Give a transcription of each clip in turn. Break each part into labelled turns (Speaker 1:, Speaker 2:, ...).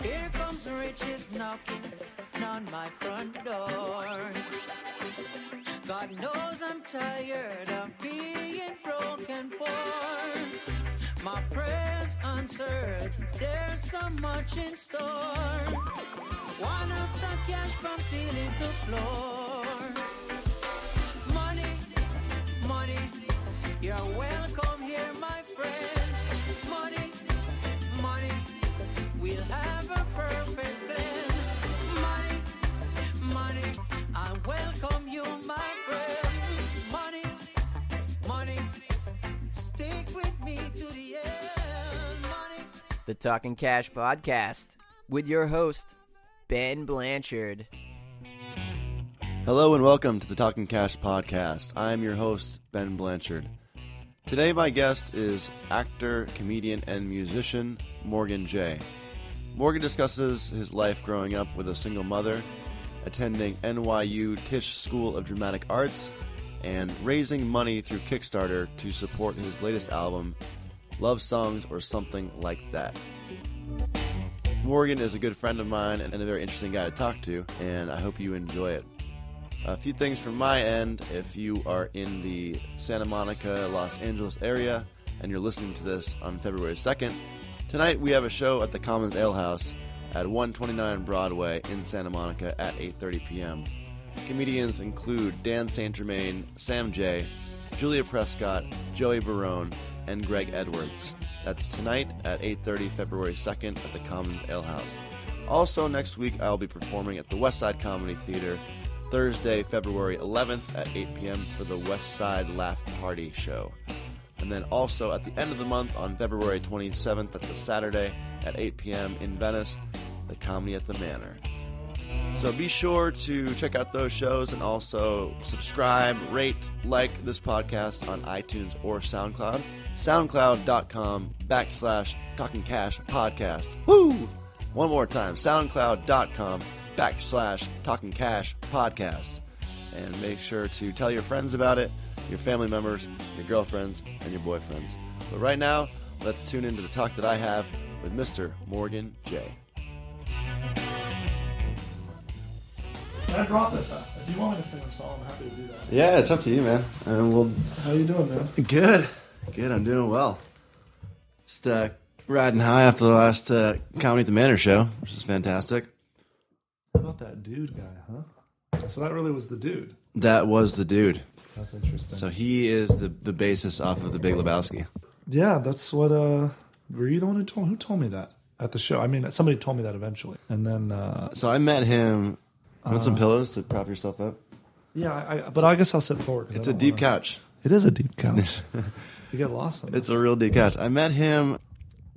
Speaker 1: is rich is knocking on my front door. God knows I'm tired of being broken poor. My prayers answered, there's so much in store. Wanna stack cash from ceiling to floor. Money, money, you're welcome here, my friend. Money, money, we'll have a perfect blend. Money, money, I welcome you, my friend. Money, money, stick with me to the end. Money.
Speaker 2: the Talking Cash podcast with your host, Ben Blanchard.
Speaker 3: Hello and welcome to the Talking Cash podcast. I am your host, Ben Blanchard. Today, my guest is actor, comedian, and musician Morgan Jay. Morgan discusses his life growing up with a single mother, attending NYU Tisch School of Dramatic Arts, and raising money through Kickstarter to support his latest album, Love Songs or Something Like That. Morgan is a good friend of mine and a very interesting guy to talk to, and I hope you enjoy it. A few things from my end. If you are in the Santa Monica, Los Angeles area, and you're listening to this on February 2nd, tonight we have a show at the Commons Ale House at 129 Broadway in Santa Monica at 8:30 p.m. Comedians include Dan St. Germain, Sam J, Julia Prescott, Joey Barone, and Greg Edwards. That's tonight at 8:30 February 2nd at the Commons Ale House. Also next week I'll be performing at the Westside Comedy Theater Thursday, February 11th at 8 p.m. for the West Side Laugh Party show. And then also at the end of the month on February 27th, that's a Saturday, at 8 p.m. in Venice, the Comedy at the Manor. So be sure to check out those shows and also subscribe, rate, like this podcast on iTunes or SoundCloud. SoundCloud.com backslash talking cash podcast. Woo! One more time, SoundCloud.com backslash talking cash podcast. And make sure to tell your friends about it, your family members, your girlfriends, and your boyfriends. But right now, let's tune into the talk that I have with Mr. Morgan J.
Speaker 4: And I brought this up. If you want me to sing a song, I'm happy to do that.
Speaker 3: Yeah, it's up to you, man. And we'll
Speaker 4: How you doing, man?
Speaker 3: Good, good. I'm doing well. Just uh, riding high after the last uh, comedy at the Manor show, which is fantastic.
Speaker 4: How about that dude guy, huh? So that really was the dude.
Speaker 3: That was the dude.
Speaker 4: That's interesting.
Speaker 3: So he is the the basis off of the Big Lebowski.
Speaker 4: yeah, that's what. uh Were you the one who told who told me that at the show? I mean, somebody told me that eventually, and then uh
Speaker 3: So I met him. Want some pillows to prop yourself up?
Speaker 4: yeah, Uh, I, I, but I guess I'll sit forward. 'cause
Speaker 3: It's
Speaker 4: I
Speaker 3: a
Speaker 4: don't
Speaker 3: deep
Speaker 4: wanna-
Speaker 3: couch.
Speaker 4: It is a deep couch. you get lost. In
Speaker 3: It's
Speaker 4: this.
Speaker 3: a real deep couch. I met him.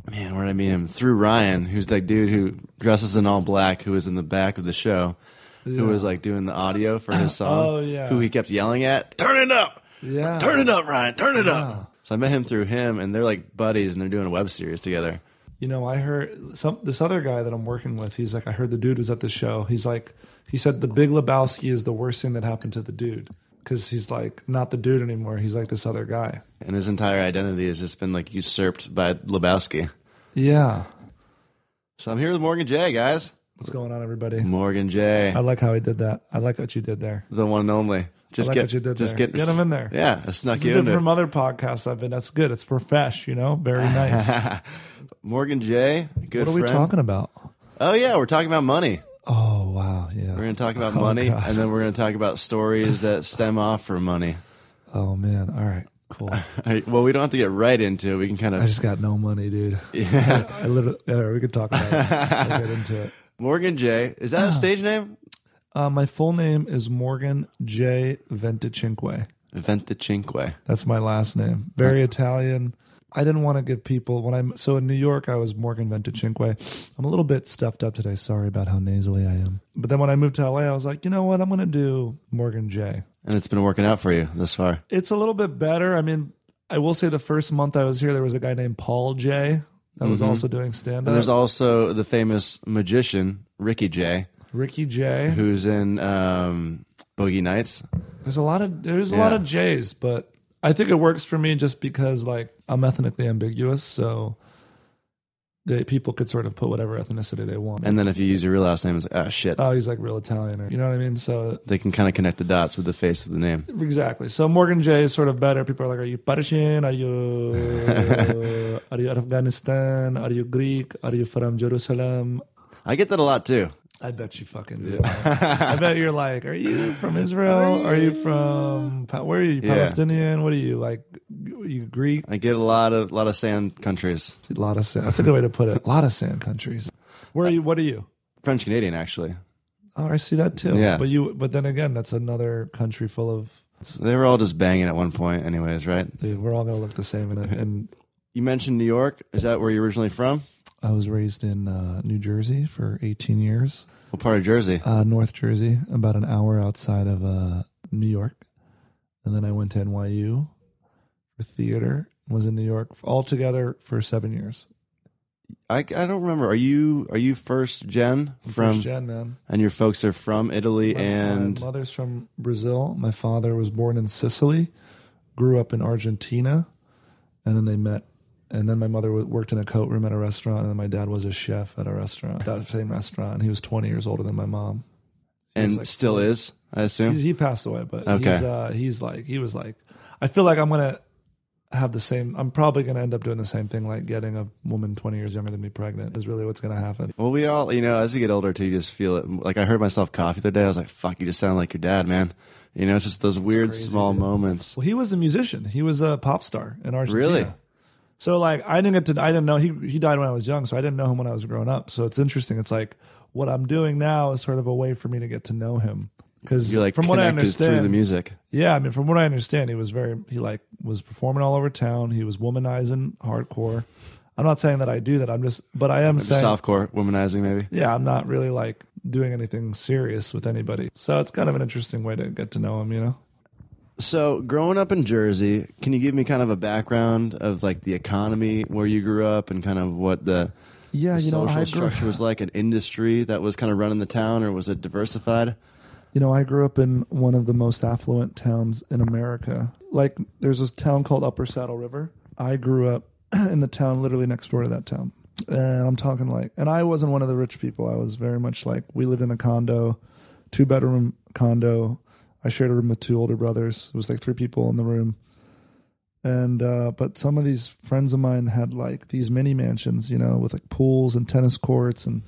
Speaker 3: Man, where did I meet him? Through Ryan, who's that dude who dresses in all black, who was in the back of the show, who was like doing the audio for his song.
Speaker 4: Oh, yeah.
Speaker 3: Who he kept yelling at, "Turn it up!
Speaker 4: yeah.
Speaker 3: Turn it up, Ryan. Turn it
Speaker 4: Wow.
Speaker 3: up. So I met him through him, and they're like buddies, and they're doing a web series together.
Speaker 4: you know, I heard some this other guy that I'm working with. He's like, I heard the dude was at the show. He's like, he said the Big Lebowski is the worst thing that happened to the dude because he's like not the dude anymore. He's like this other guy.
Speaker 3: And his entire identity has just been like usurped by Lebowski.
Speaker 4: Yeah,
Speaker 3: So I'm here with Morgan J, guys.
Speaker 4: what's going on, everybody?
Speaker 3: Morgan J,
Speaker 4: I like how he did that. I like what you did there.
Speaker 3: the one and only. Just
Speaker 4: I like
Speaker 3: get,
Speaker 4: what you did
Speaker 3: just
Speaker 4: there.
Speaker 3: get,
Speaker 4: Get him in there.
Speaker 3: Yeah, I snuck
Speaker 4: This
Speaker 3: you
Speaker 4: is
Speaker 3: in
Speaker 4: different
Speaker 3: there.
Speaker 4: from other podcasts I've been. That's good. It's profesh, you know. Very nice. what
Speaker 3: Morgan J, good
Speaker 4: are we
Speaker 3: friend.
Speaker 4: talking about?
Speaker 3: Oh yeah, we're talking about money.
Speaker 4: Oh wow, yeah.
Speaker 3: We're going to talk about
Speaker 4: Oh,
Speaker 3: money,
Speaker 4: God.
Speaker 3: and then we're going to talk about stories that stem off from money.
Speaker 4: Oh man, all right, cool.
Speaker 3: All right, well, we don't have to get right into it. We can kind
Speaker 4: I
Speaker 3: of
Speaker 4: just got no money, dude. Yeah, I, literally. all right, we could talk about it. I'll get into it.
Speaker 3: Morgan J. Is that a stage name?
Speaker 4: Uh, my full name is Morgan J. Venticinque.
Speaker 3: Vent the Cinque.
Speaker 4: That's my last name. Very Italian. I didn't want to give people when I'm so in New York. I was Morgan Venticinque. I'm a little bit stuffed up today. Sorry about how nasally I am. But then when I moved to LA, I was like, you know what? I'm going to do Morgan J.
Speaker 3: And it's been working out for you thus far.
Speaker 4: It's a little bit better. I mean, I will say the first month I was here, there was a guy named Paul J. That was also doing
Speaker 3: Mm-hmm.
Speaker 4: stand
Speaker 3: And there's
Speaker 4: up.
Speaker 3: also the famous magician Ricky Jay,
Speaker 4: Ricky J.
Speaker 3: who's in um, Boogie Nights.
Speaker 4: There's a lot of there's a lot
Speaker 3: Yeah.
Speaker 4: of J's, but I think it works for me just because like I'm ethnically ambiguous, so they, people could sort of put whatever ethnicity they want.
Speaker 3: And then if you use your real last name, it's like, ah, shit.
Speaker 4: oh, he's like real Italian, or you know what I mean. So
Speaker 3: they can kind of connect the dots with the face of the name.
Speaker 4: exactly. So Morgan J is sort of better. People are like, are you Persian? Are you are you Afghanistan? Are you Greek? Are you from Jerusalem?
Speaker 3: I get that a lot too.
Speaker 4: I bet you fucking do. I bet you're like, are you from Israel? Are you from Pa- where are you?
Speaker 3: Yeah.
Speaker 4: Palestinian? What are you like? You Greek?
Speaker 3: I get a lot of lot of sand countries.
Speaker 4: A lot of sand. That's a good way to put it. A lot of sand countries. Where are you? What are you?
Speaker 3: French Canadian actually.
Speaker 4: Oh, I see that too.
Speaker 3: Yeah.
Speaker 4: But you. But then again, that's another country full of.
Speaker 3: So they were all just banging at one point, anyways, right?
Speaker 4: Dude, we're all gonna look the same. And, and
Speaker 3: You mentioned New York. Is that where you're originally from?
Speaker 4: I was raised in uh, New Jersey for 18 years.
Speaker 3: What part of Jersey?
Speaker 4: Uh, North Jersey, about an hour outside of uh, New York, and then I went to NYU for theater. Was in New York altogether for seven years.
Speaker 3: I, I don't remember. Are you are you first gen from?
Speaker 4: First gen, man.
Speaker 3: And your folks are from Italy
Speaker 4: My-
Speaker 3: and
Speaker 4: my mother's from Brazil. My father was born in Sicily, grew up in Argentina, and then they met. And then my mother wo- worked in a coat room at a restaurant, and then my dad was a chef at a restaurant, that same restaurant. And he was 20 years older than my mom.
Speaker 3: and
Speaker 4: like
Speaker 3: still is, I assume.
Speaker 4: He's, he passed away, but he's
Speaker 3: Okay.
Speaker 4: uh, he's like he was like. I feel like I'm gonna have the same. I'm probably gonna end up doing the same thing, like getting a woman 20 years younger than me pregnant. Is really what's gonna happen.
Speaker 3: Well, we all, you know, as we get older too, you just feel it. Like I heard myself cough the other day. I was like, "Fuck, you just sound like your dad, man." You know, it's just those weird
Speaker 4: crazy,
Speaker 3: small
Speaker 4: dude.
Speaker 3: moments.
Speaker 4: Well, he was a musician. He was a pop star in Argentina.
Speaker 3: Really?
Speaker 4: So like I didn't get to I didn't know he he died when I was young, so I didn't know him when I was growing up. So it's interesting. It's like what I'm doing now is sort of a way for me to get to know him because
Speaker 3: You're like
Speaker 4: from what I
Speaker 3: connected
Speaker 4: understand,
Speaker 3: through the music.
Speaker 4: yeah, I mean from what I understand, he was very he like was performing all over town. He was womanizing hardcore. I'm not saying that I do that. I'm just, but I am saying
Speaker 3: Softcore, womanizing, maybe.
Speaker 4: yeah, I'm not really like doing anything serious with anybody. So it's kind of an interesting way to get to know him, you know.
Speaker 3: So, growing up in Jersey, can you give me kind of a background of like the economy where you grew up and kind of what the
Speaker 4: Yeah, you know,
Speaker 3: social
Speaker 4: I grew,
Speaker 3: structure was like, an industry that was kind of running the town, or was it diversified?
Speaker 4: You know, I grew up in one of the most affluent towns in America. Like, there's this town called Upper Saddle River. I grew up in the town literally next door to that town. And I'm talking like, and I wasn't one of the rich people. I was very much like, we lived in a condo, two bedroom condo. I shared a room with two older brothers. It was like three people in the room. And, uh, but some of these friends of mine had like these mini mansions, you know, with like pools and tennis courts and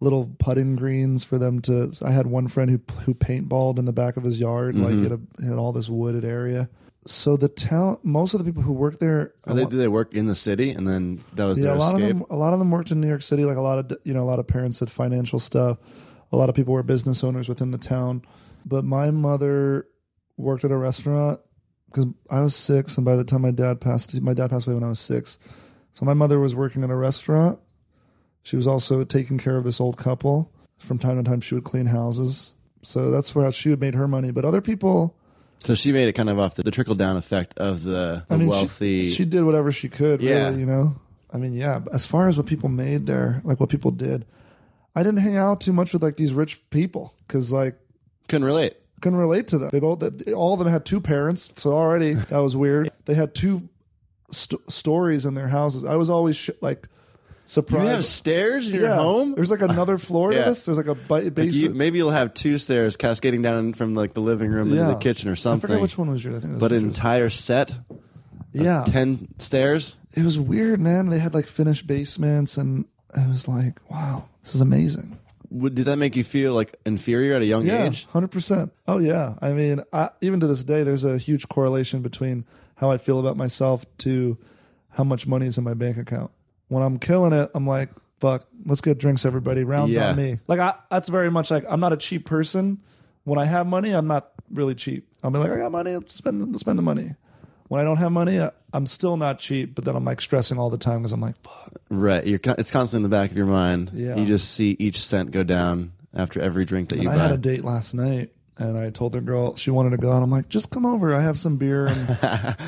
Speaker 4: little putting greens for them to. I had one friend who who paintballed in the back of his yard, like he had, a, he had all this wooded area. So the town, most of the people who work there,
Speaker 3: Or they, did they work in the city, and then that was
Speaker 4: yeah,
Speaker 3: their
Speaker 4: a lot
Speaker 3: escape?
Speaker 4: of them, a lot of them worked in New York City. Like a lot of you know, a lot of parents did financial stuff. A lot of people were business owners within the town. But my mother worked at a restaurant because I was six, and by the time my dad passed, my dad passed away when I was six. So my mother was working at a restaurant. She was also taking care of this old couple. From time to time, she would clean houses. So that's where she had made her money. But other people,
Speaker 3: So she made it kind of off the, the trickle down effect of the, the
Speaker 4: I mean,
Speaker 3: wealthy.
Speaker 4: She, she did whatever she could,
Speaker 3: Yeah.
Speaker 4: really, you know? I mean, yeah, but as far as what people made there, like what people did, I didn't hang out too much with like these rich people because like
Speaker 3: couldn't relate.
Speaker 4: couldn't relate to them. They both, all of them had two parents, so already that was weird. They had two st- stories in their houses. I was always sh- like
Speaker 3: You
Speaker 4: surprised.
Speaker 3: have stairs in your home.
Speaker 4: There's like another floor
Speaker 3: Yeah.
Speaker 4: to this. There's like a bi-
Speaker 3: Like,
Speaker 4: basement.
Speaker 3: you- maybe you'll have two stairs cascading down from like the living room into the kitchen or
Speaker 4: I forget
Speaker 3: something.
Speaker 4: which one was yours. I think it was
Speaker 3: But an
Speaker 4: yours.
Speaker 3: entire set,
Speaker 4: yeah,
Speaker 3: ten stairs.
Speaker 4: it was weird, man. They had like finished basements, and I was like, wow, this is amazing.
Speaker 3: Would, did that make you feel like inferior at a young
Speaker 4: Yeah,
Speaker 3: age?
Speaker 4: hundred percent. Oh yeah. I mean, I, even to this day, there's a huge correlation between how I feel about myself to how much money is in my bank account. When I'm killing it, I'm like, fuck, let's get drinks, everybody. Rounds
Speaker 3: Yeah.
Speaker 4: on me. Like I, that's very much like I'm not a cheap person. When I have money, I'm not really cheap. I'll be like, I got money, let's spend let's spend the money. When I don't have money, I, I'm still not cheap, but then I'm like stressing all the time because I'm like, fuck.
Speaker 3: Right. You're, con- it's constantly in the back of your mind.
Speaker 4: Yeah.
Speaker 3: You just see each cent go down after every drink that you
Speaker 4: I
Speaker 3: buy.
Speaker 4: had a date last night, and I told the girl she wanted to go, and I'm like, just come over. I have some beer, and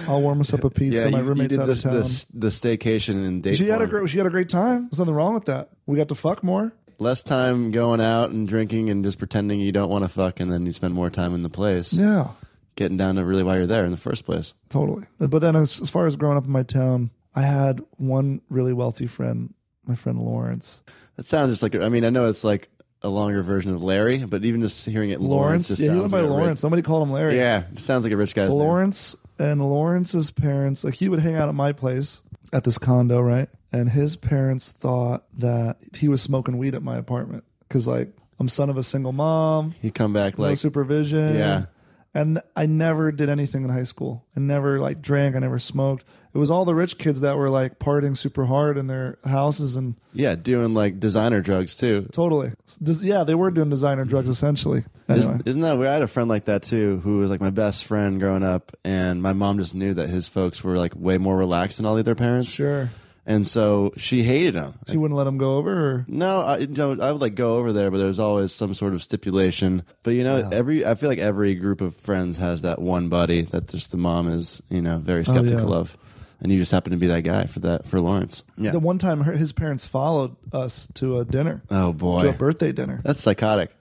Speaker 4: I'll warm us up a pizza.
Speaker 3: yeah,
Speaker 4: My
Speaker 3: you, you
Speaker 4: roommate's
Speaker 3: did
Speaker 4: out
Speaker 3: the,
Speaker 4: of town.
Speaker 3: the, the staycation and date.
Speaker 4: she had a
Speaker 3: form.
Speaker 4: great, she had a great time. There's nothing wrong with that. We got to fuck more.
Speaker 3: less time going out and drinking and just pretending you don't want to fuck, and then you spend more time in the place,
Speaker 4: Yeah,
Speaker 3: getting down to really why you're there in the first place.
Speaker 4: totally. But then, as, as far as growing up in my town, I had one really wealthy friend my friend Lawrence.
Speaker 3: That sounds just like I mean I know it's like a longer version of Larry, but even just hearing it Lawrence,
Speaker 4: Lawrence,
Speaker 3: just
Speaker 4: yeah, he
Speaker 3: sounds
Speaker 4: went by
Speaker 3: like a rich-
Speaker 4: Lawrence. Somebody called him Larry.
Speaker 3: Yeah, it sounds like a rich guy's name.
Speaker 4: Lawrence and Lawrence's parents, like he would hang out at my place at this condo, right? And his parents thought that he was smoking weed at my apartment because, like, I'm son of a single mom,
Speaker 3: He'd come back
Speaker 4: no
Speaker 3: like
Speaker 4: supervision.
Speaker 3: Yeah.
Speaker 4: And I never did anything in high school. I never like drank. I never smoked. It was all the rich kids that were like partying super hard in their houses and
Speaker 3: yeah, doing like designer drugs too.
Speaker 4: totally. Des- Yeah, they were doing designer drugs essentially. Anyway,
Speaker 3: Isn't, isn't that weird? I had a friend like that too, who was like my best friend growing up, and my mom just knew that his folks were like way more relaxed than all the other parents,
Speaker 4: sure.
Speaker 3: and so she hated him.
Speaker 4: She wouldn't let him go over. Or?
Speaker 3: No, I, you know, I would like go over there, but there's always some sort of stipulation. But you know, every I feel like every group of friends has that one buddy that just the mom is you know very skeptical
Speaker 4: Oh, yeah.
Speaker 3: of, and you just happen to be that guy for that for Lawrence. Yeah.
Speaker 4: The one time her, his parents followed us to a dinner,
Speaker 3: oh
Speaker 4: to a
Speaker 3: boy,
Speaker 4: birthday dinner.
Speaker 3: that's psychotic,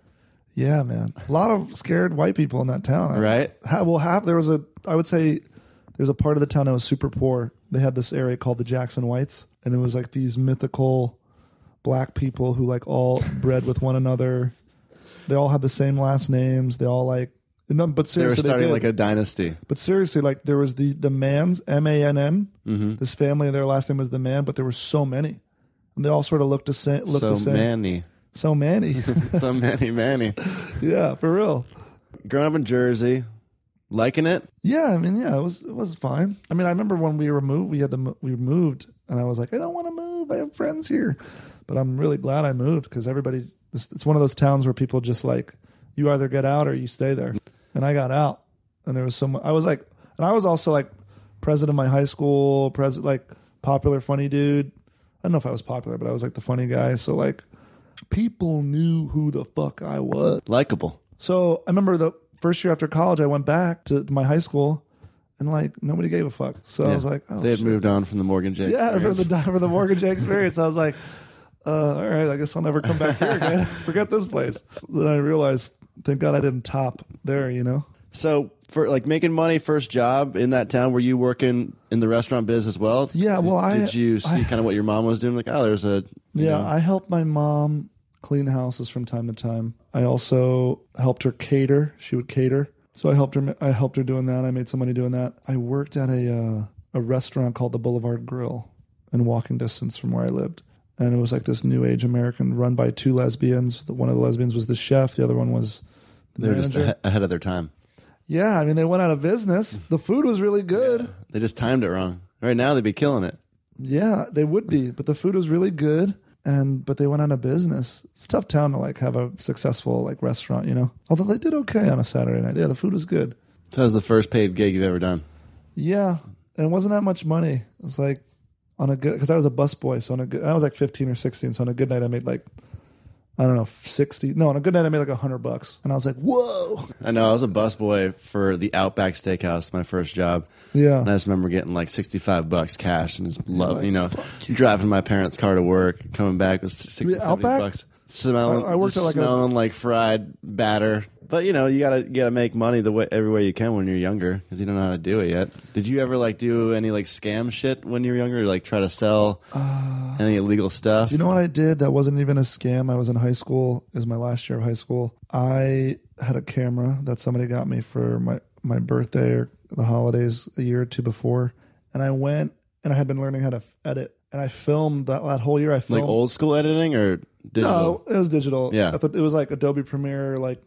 Speaker 4: Yeah, man. A lot of scared white people in that town. I-
Speaker 3: right?
Speaker 4: Ha- well, half, there was a, I would say, there's a part of the town that was super poor. They had this area called the Jackson Whites, and it was like these mythical black people who like all bred with one another. They all had the same last names. They all like, no, but
Speaker 3: They were
Speaker 4: seriously,
Speaker 3: starting
Speaker 4: did.
Speaker 3: like a dynasty.
Speaker 4: But seriously, like there was the the man's M A N N. This family, their last name was the man, but there were so many, and they all sort of looked the same. Looked
Speaker 3: so
Speaker 4: the same.
Speaker 3: many,
Speaker 4: So many,
Speaker 3: so many, many.
Speaker 4: yeah, for real.
Speaker 3: Growing up in Jersey, liking it.
Speaker 4: Yeah, I mean, yeah, it was it was fine. I mean, I remember when we were moved, we had to mo- we moved, and I was like, I don't want to move. I have friends here, but I'm really glad I moved because everybody. It's, it's one of those towns where people just like you either get out or you stay there, and I got out, and there was someone I was like, and I was also like president of my high school, president like popular funny dude. I don't know if I was popular, but I was like the funny guy. So like, people knew who the fuck I was.
Speaker 3: Likeable.
Speaker 4: So I remember the first year after college, I went back to my high school, and like nobody gave a fuck. So I was like, oh,
Speaker 3: they had
Speaker 4: shit.
Speaker 3: moved on from the Morgan J.
Speaker 4: yeah, for
Speaker 3: experience.
Speaker 4: the for the mortgage experience, I was like, uh, all right, I guess I'll never come back here again. Forget this place. Then I realized, thank God I didn't top there. You know,
Speaker 3: So for like making money, first job in that town, were you working in the restaurant biz as well?
Speaker 4: Yeah, well, I-
Speaker 3: did you see
Speaker 4: I-
Speaker 3: kind of what your mom was doing? Like, oh, there's a you
Speaker 4: yeah,
Speaker 3: know,
Speaker 4: I helped my mom clean houses from time to time. I also helped her cater. She would cater, so I helped her. I helped her doing that. I made some money doing that. I worked at a uh, a restaurant called the Boulevard Grill in walking distance from where I lived, and it was like this new age American run by two lesbians. The- One of the lesbians was the chef. The other one was the
Speaker 3: they were just
Speaker 4: manager.
Speaker 3: ahe- ahead of their time.
Speaker 4: yeah, I mean they went out of business. The food was really good.
Speaker 3: They just timed it wrong. Right now, they'd be killing it.
Speaker 4: Yeah, they would be, but the food was really good. And but they went out of business. It's a tough town to like have a successful like restaurant, you know. Although they did okay on a Saturday night. Yeah, the food was good.
Speaker 3: So that was the first paid gig you've ever done.
Speaker 4: Yeah, and it wasn't that much money. It was like on a good because I was a busboy, so on a good I was like fifteen or sixteen. So on a good night, I made like I don't know sixty. No, on a good night, I made like hundred bucks, and I was like, whoa.
Speaker 3: I know I was a busboy for the Outback Steakhouse, my first job.
Speaker 4: Yeah.
Speaker 3: And I just remember getting like sixty-five bucks cash and just love,
Speaker 4: like,
Speaker 3: you know,
Speaker 4: "Fuck
Speaker 3: driving my parents' car to work, coming back with sixty,
Speaker 4: Yeah,
Speaker 3: 70
Speaker 4: Outback?
Speaker 3: bucks. Smelling,
Speaker 4: I- I worked
Speaker 3: just
Speaker 4: at, like, a-
Speaker 3: smelling like fried batter. But you know, you gotta you gotta make money the way every way you can when you're younger because you don't know how to do it yet. Did you ever like do any like scam shit when you were younger, like try to sell any illegal stuff?
Speaker 4: Uh, You know what I did that wasn't even a scam? I was in high school, is my last year of high school. I had a camera that somebody got me for my, my birthday or the holidays a year or two before. And I went and I had been learning how to edit. And I filmed that, that whole year. I
Speaker 3: like
Speaker 4: filmed.
Speaker 3: old school editing or digital,
Speaker 4: no, it was digital.
Speaker 3: Yeah.
Speaker 4: I thought it was like Adobe Premiere, like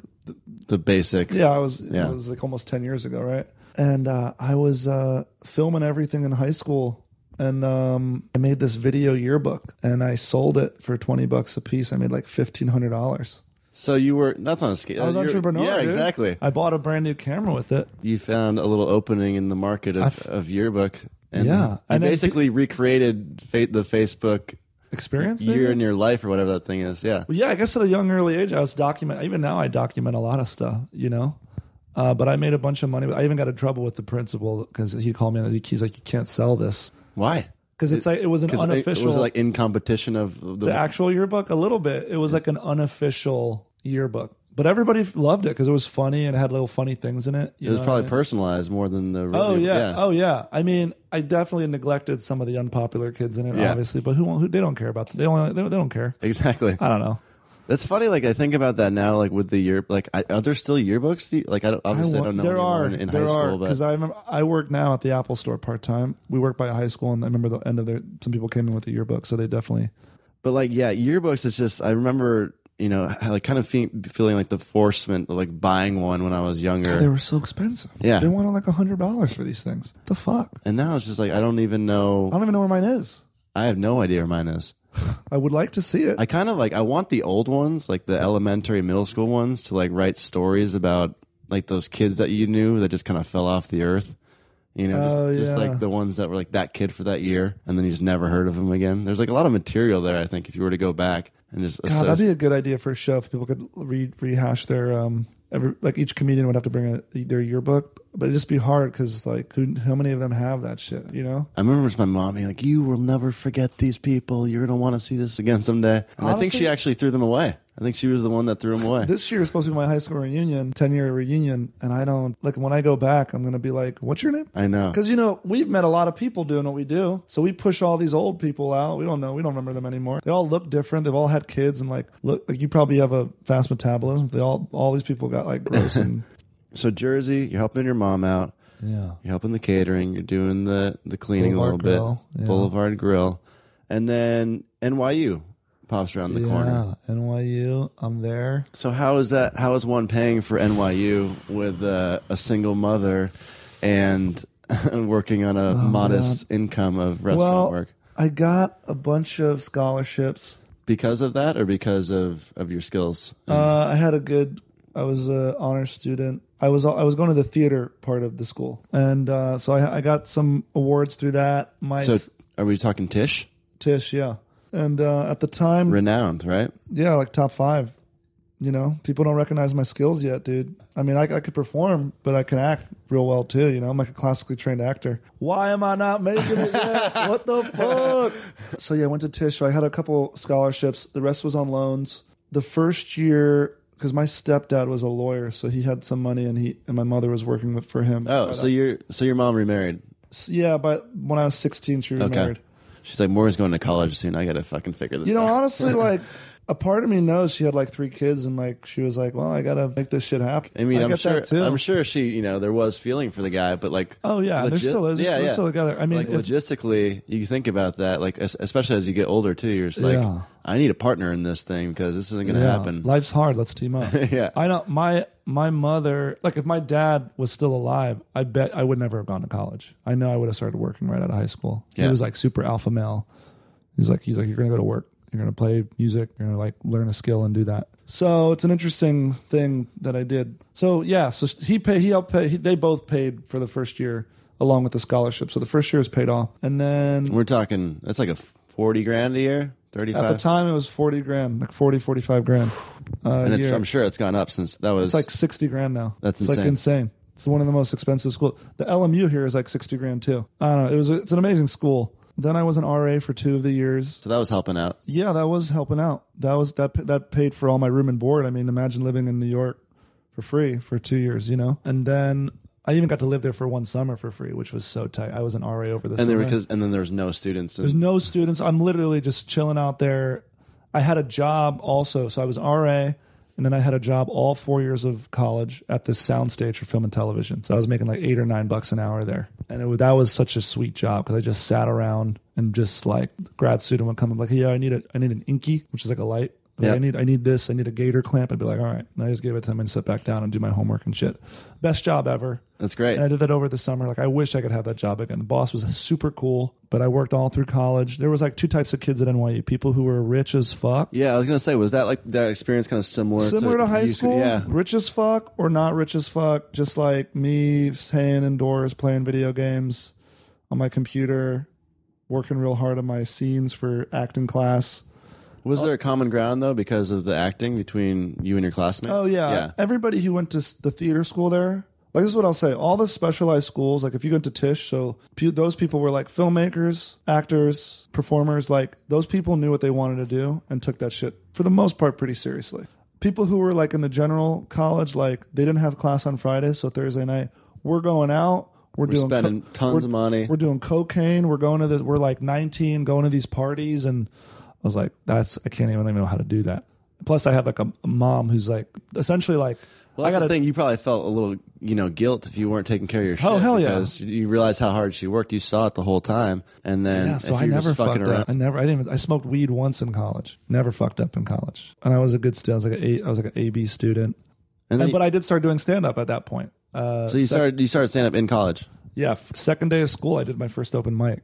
Speaker 3: the basic.
Speaker 4: yeah, I was
Speaker 3: Yeah.
Speaker 4: it was like almost ten years ago, right? And uh, I was uh, filming everything in high school, and um, I made this video yearbook, and I sold it for twenty bucks a piece. I made like fifteen hundred dollars.
Speaker 3: So you were that's on a scam.
Speaker 4: I was entrepreneur.
Speaker 3: Yeah,
Speaker 4: dude.
Speaker 3: exactly.
Speaker 4: I bought a brand new camera with it.
Speaker 3: you found a little opening in the market of,
Speaker 4: I've-
Speaker 3: of yearbook and
Speaker 4: Yeah,
Speaker 3: you
Speaker 4: and then
Speaker 3: basically recreated fa- the facebook
Speaker 4: Experience. maybe?
Speaker 3: year in your life or whatever that thing is yeah
Speaker 4: Well, yeah, I guess at a young early age, I was document. Even now, I document a lot of stuff, you know. Uh, but I made a bunch of money. I even got in trouble with the principal because he called me and he's like, "You can't sell this."
Speaker 3: why
Speaker 4: Because it's like it was an
Speaker 3: 'Cause it-
Speaker 4: unofficial.
Speaker 3: was it like in competition of the,
Speaker 4: the actual yearbook a little bit it was like an unofficial yearbook But everybody loved it because it was funny and it had little funny things in it. you
Speaker 3: It was
Speaker 4: know what I
Speaker 3: probably
Speaker 4: mean?
Speaker 3: personalized more than the.
Speaker 4: Oh
Speaker 3: really-
Speaker 4: yeah. Oh yeah. I mean, I definitely neglected some of the unpopular kids in it,
Speaker 3: Yeah.
Speaker 4: obviously. But who, who they don't care about them. They don't. They, don't- they don't care.
Speaker 3: exactly.
Speaker 4: I don't know.
Speaker 3: That's funny. Like I think about that now. Like with the year, like I, are there still yearbooks? Do you- like I don't, obviously I,
Speaker 4: wa-
Speaker 3: don't know.
Speaker 4: There
Speaker 3: anymore
Speaker 4: are
Speaker 3: in, in
Speaker 4: there
Speaker 3: high
Speaker 4: are
Speaker 3: school,
Speaker 4: because
Speaker 3: but
Speaker 4: I remember I work now at the Apple Store part time. We work by a high school, and I remember the end of their some people came in with a yearbook, so they definitely
Speaker 3: but like yeah, yearbooks. It's just I remember you know how, like kind of fe- feeling like the forcement of like buying one when I was younger,
Speaker 4: they were so expensive.
Speaker 3: Yeah.
Speaker 4: they wanted like a hundred dollars for these things. The fuck,
Speaker 3: and now it's just like I don't even
Speaker 4: I
Speaker 3: know.
Speaker 4: don't even know where mine is.
Speaker 3: I have no idea where mine is.
Speaker 4: I would like to see it.
Speaker 3: I kind of like I want the old ones, like the elementary, middle school ones, to like write stories about like those kids that you knew that just kind of fell off the earth. You know, just,
Speaker 4: Oh,
Speaker 3: just
Speaker 4: yeah.
Speaker 3: like the ones that were like that kid for that year, and then you just never heard of him again. There's like a lot of material there. I think if you were to go back and just
Speaker 4: God,
Speaker 3: associ-
Speaker 4: that'd be a good idea for a show if people could re- rehash their um. Every, like each comedian would have to bring a, their yearbook, but it'd just be hard because like who, how many of them have that shit? You know,
Speaker 3: I remember it's my mom being like, "You will never forget these people. You're gonna want to see this again someday." And I think
Speaker 4: Honestly-
Speaker 3: she actually threw them away. I think she was the one that threw them away.
Speaker 4: this year is supposed to be my high school reunion, ten year reunion, and I don't like when I go back, I'm gonna be like, what's your name?
Speaker 3: I know.
Speaker 4: Because you know we've met a lot of people doing what we do, so we push all these old people out. We don't know, we don't remember them anymore. They all look different. They've all had kids, and like look, like you probably have a fast metabolism. They all, all these people got like gross and
Speaker 3: So Jersey, you're helping your mom out.
Speaker 4: yeah.
Speaker 3: You're helping the catering. You're doing the the cleaning
Speaker 4: Boulevard
Speaker 3: a little
Speaker 4: Grill,
Speaker 3: bit.
Speaker 4: yeah.
Speaker 3: Boulevard Grill, and then NYU pops around the corner.
Speaker 4: NYU, I'm there.
Speaker 3: So how is that? How is one paying for NYU with uh, a single mother and working on a modest income of restaurant
Speaker 4: Oh, Well,
Speaker 3: work?
Speaker 4: I got a bunch of scholarships.
Speaker 3: Because of that, or because of of your skills?
Speaker 4: Uh, I had a good. I was a honor student. I was I was going to the theater part of the school, and uh, so I, I got some awards through that. My
Speaker 3: so
Speaker 4: s-
Speaker 3: are we talking Tish?
Speaker 4: Tish, yeah, and uh, at the time,
Speaker 3: Renowned, right?
Speaker 4: yeah, like top five. You know, people don't recognize my skills yet, dude. I mean, I, I could perform, but I can act real well too. You know, I'm like a classically trained actor. Why am I not making it yet? what the fuck? So yeah, I went to Tisch. So I had a couple scholarships. The rest was on loans. The first year, because my stepdad was a lawyer, so he had some money, and he and my mother was working with, for him.
Speaker 3: Oh, so your so your mom remarried.
Speaker 4: S- yeah, but when I was 16, she remarried.
Speaker 3: Okay. She's like, Morgan's going to college soon. I got to fucking figure this
Speaker 4: You know,
Speaker 3: out.
Speaker 4: honestly, like a part of me knows she had like three kids, and like she was like, "Well, I gotta make this shit happen."
Speaker 3: I mean,
Speaker 4: I
Speaker 3: I am
Speaker 4: get
Speaker 3: sure.
Speaker 4: that too.
Speaker 3: I'm sure she, you know, there was feeling for the guy, but like,
Speaker 4: Oh, yeah, they're still- they're still- they're still together. I mean,
Speaker 3: like
Speaker 4: if-
Speaker 3: logistically, you think about that, like es- especially as you get older too. You're just like,
Speaker 4: Yeah.
Speaker 3: I need a partner in this thing because this isn't going to
Speaker 4: Yeah.
Speaker 3: happen.
Speaker 4: Life's hard. Let's team up.
Speaker 3: Yeah.
Speaker 4: I know my my mother. Like, if my dad was still alive, I bet I would never have gone to college. I know I would have started working right out of high school. He
Speaker 3: Yeah.
Speaker 4: was like super alpha male. He's like, he's like, you're gonna go to work. You're gonna play music. You're gonna like learn a skill and do that. So it's an interesting thing that I did. So yeah, so he paid. He helped pay. He, they both paid for the first year along with the scholarship. So the first year is paid off, and then
Speaker 3: We're talking. That's like a f- forty grand a year, thirty
Speaker 4: at the
Speaker 3: five,
Speaker 4: time it was forty grand, like 40, 45 grand. Uh,
Speaker 3: and
Speaker 4: year.
Speaker 3: it's, I'm sure it's gone up since that was
Speaker 4: It's like sixty grand now.
Speaker 3: That's
Speaker 4: it's like
Speaker 3: insane.
Speaker 4: insane. It's one of the most expensive schools. The LMU here is like sixty grand too. I don't know. It was a, it's an amazing school. Then I was an RA for two of the years.
Speaker 3: So that was helping out.
Speaker 4: Yeah, that was helping out. That was that pa- that paid for all my room and board. I mean, imagine living in New York for free for two years, you know. And then I even got to live there for one summer for free, which was so tight. I was an RA over the
Speaker 3: And
Speaker 4: summer.
Speaker 3: then because and then there's no students.
Speaker 4: There's
Speaker 3: And,
Speaker 4: no students. I'm literally just chilling out there. I had a job also, so I was RA, and then I had a job all four years of college at this soundstage for film and television. So I was making like eight or nine bucks an hour there, and it, was- that was such a sweet job because I just sat around and just like the grad student would come and be like, yeah, I need a, I need an inky, which is like a light. Like,
Speaker 3: Yeah.
Speaker 4: I need I need this. I need a gator clamp. I'd be like, all right. And I just give it to him and sit back down and do my homework and shit. Best job ever.
Speaker 3: that's great.
Speaker 4: And I did that over the summer. Like I wish I could have that job again. The boss was super cool, but I worked all through college. There was like two types of kids at NYU: people who were rich as fuck,
Speaker 3: yeah, I was gonna say, was that like that experience kind of similar,
Speaker 4: similar to high
Speaker 3: you used
Speaker 4: school,
Speaker 3: Yeah,
Speaker 4: rich as fuck, or not rich as fuck, just like me staying indoors playing video games on my computer, working real hard on my scenes for acting class.
Speaker 3: Was there a common ground though because of the acting between you and your classmates?
Speaker 4: Oh yeah. Everybody who went to s- the theater school there, like this is what I'll say. All the specialized schools, like if you go to Tisch, so pe- those people were like filmmakers, actors, performers. Like those people knew what they wanted to do and took that shit for the most part pretty seriously. people who were like in the general college, like they didn't have class on Friday, so Thursday night we're going out. We're,
Speaker 3: We're
Speaker 4: doing
Speaker 3: spending tons
Speaker 4: we're-
Speaker 3: of money.
Speaker 4: We're doing cocaine. We're going to the. We're like nineteen, going to these parties, and I was like, "That's I can't even I don't even know how to do that." Plus, I have like a, a mom who's like essentially like,
Speaker 3: Well,
Speaker 4: "I
Speaker 3: that's
Speaker 4: got
Speaker 3: the
Speaker 4: to
Speaker 3: thing. You probably felt a little, you know, guilt if you weren't taking care of your shit.
Speaker 4: Oh, hell yeah.
Speaker 3: because You realized how hard she worked. You saw it the whole time, and then
Speaker 4: Yeah, so
Speaker 3: if
Speaker 4: I
Speaker 3: you're
Speaker 4: never
Speaker 3: just fucking
Speaker 4: fucked
Speaker 3: around,
Speaker 4: up. I never. I didn't. Even, I smoked weed once in college. Never fucked up in college, and I was a good student. I was like a, I was like an AB student,
Speaker 3: and then
Speaker 4: and, but I did start doing stand up at that point. Uh,
Speaker 3: so you started you started stand up in college,
Speaker 4: yeah, f- second day of school, I did my first open mic.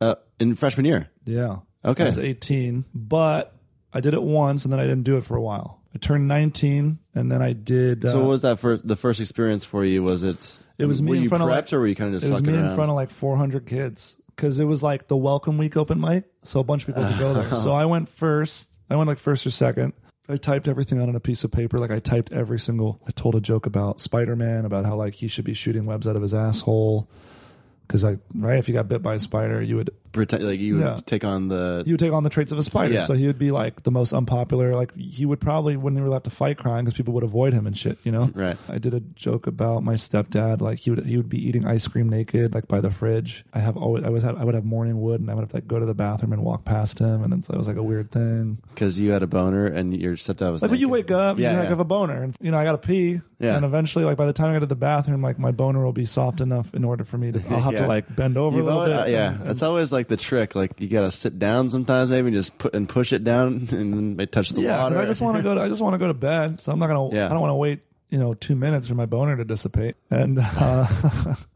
Speaker 3: uh, in freshman year.
Speaker 4: Yeah.
Speaker 3: Okay.
Speaker 4: I was 18, but I did it once and then I didn't do it for a while. I turned 19 and then I did. Uh,
Speaker 3: So what was that for? The first experience for you was it?
Speaker 4: It was me
Speaker 3: were
Speaker 4: in
Speaker 3: you
Speaker 4: front of
Speaker 3: prepped
Speaker 4: like-
Speaker 3: or were you kind of just
Speaker 4: it was
Speaker 3: fucking
Speaker 4: me
Speaker 3: around?
Speaker 4: in front of like 400 kids because it was like the welcome week open mic. So a bunch of people could go there. So I went first. I went like first or second. I typed everything out on a piece of paper. Like I typed every single. I told a joke about Spider Man about how like he should be shooting webs out of his asshole. Because like right, if you got bit by a spider, you would
Speaker 3: Pretend like you would
Speaker 4: Yeah.
Speaker 3: take on the.
Speaker 4: he would take on the traits of a spider.
Speaker 3: Yeah.
Speaker 4: So he would be like the most unpopular. Like he would probably wouldn't really have to fight crime because people would avoid him and shit. You know.
Speaker 3: Right.
Speaker 4: I did a joke about my stepdad. Like he would he would be eating ice cream naked, like by the fridge. I have always I was I would have morning wood, and I would have to like go to the bathroom and walk past him, and it's, it was like a weird thing.
Speaker 3: because you had a boner and your stepdad was
Speaker 4: Like when you
Speaker 3: naked.
Speaker 4: wake up,
Speaker 3: Yeah,
Speaker 4: you like,
Speaker 3: yeah.
Speaker 4: have a boner, and you know I got to pee,
Speaker 3: Yeah.
Speaker 4: and eventually like by the time I go to the bathroom, like my boner will be soft enough in order for me to I'll have
Speaker 3: Yeah.
Speaker 4: to like bend over
Speaker 3: You've
Speaker 4: a little
Speaker 3: always-
Speaker 4: bit.
Speaker 3: uh, yeah,
Speaker 4: and-
Speaker 3: that's always like the trick. Like you gotta sit down sometimes, maybe and just put and push it down, and then they touch the
Speaker 4: Yeah, 'cause
Speaker 3: water.
Speaker 4: I just want to go. To, I just want to go to bed. So I'm not gonna.
Speaker 3: Yeah.
Speaker 4: I don't want to wait. You know, two minutes for my boner to dissipate, and uh,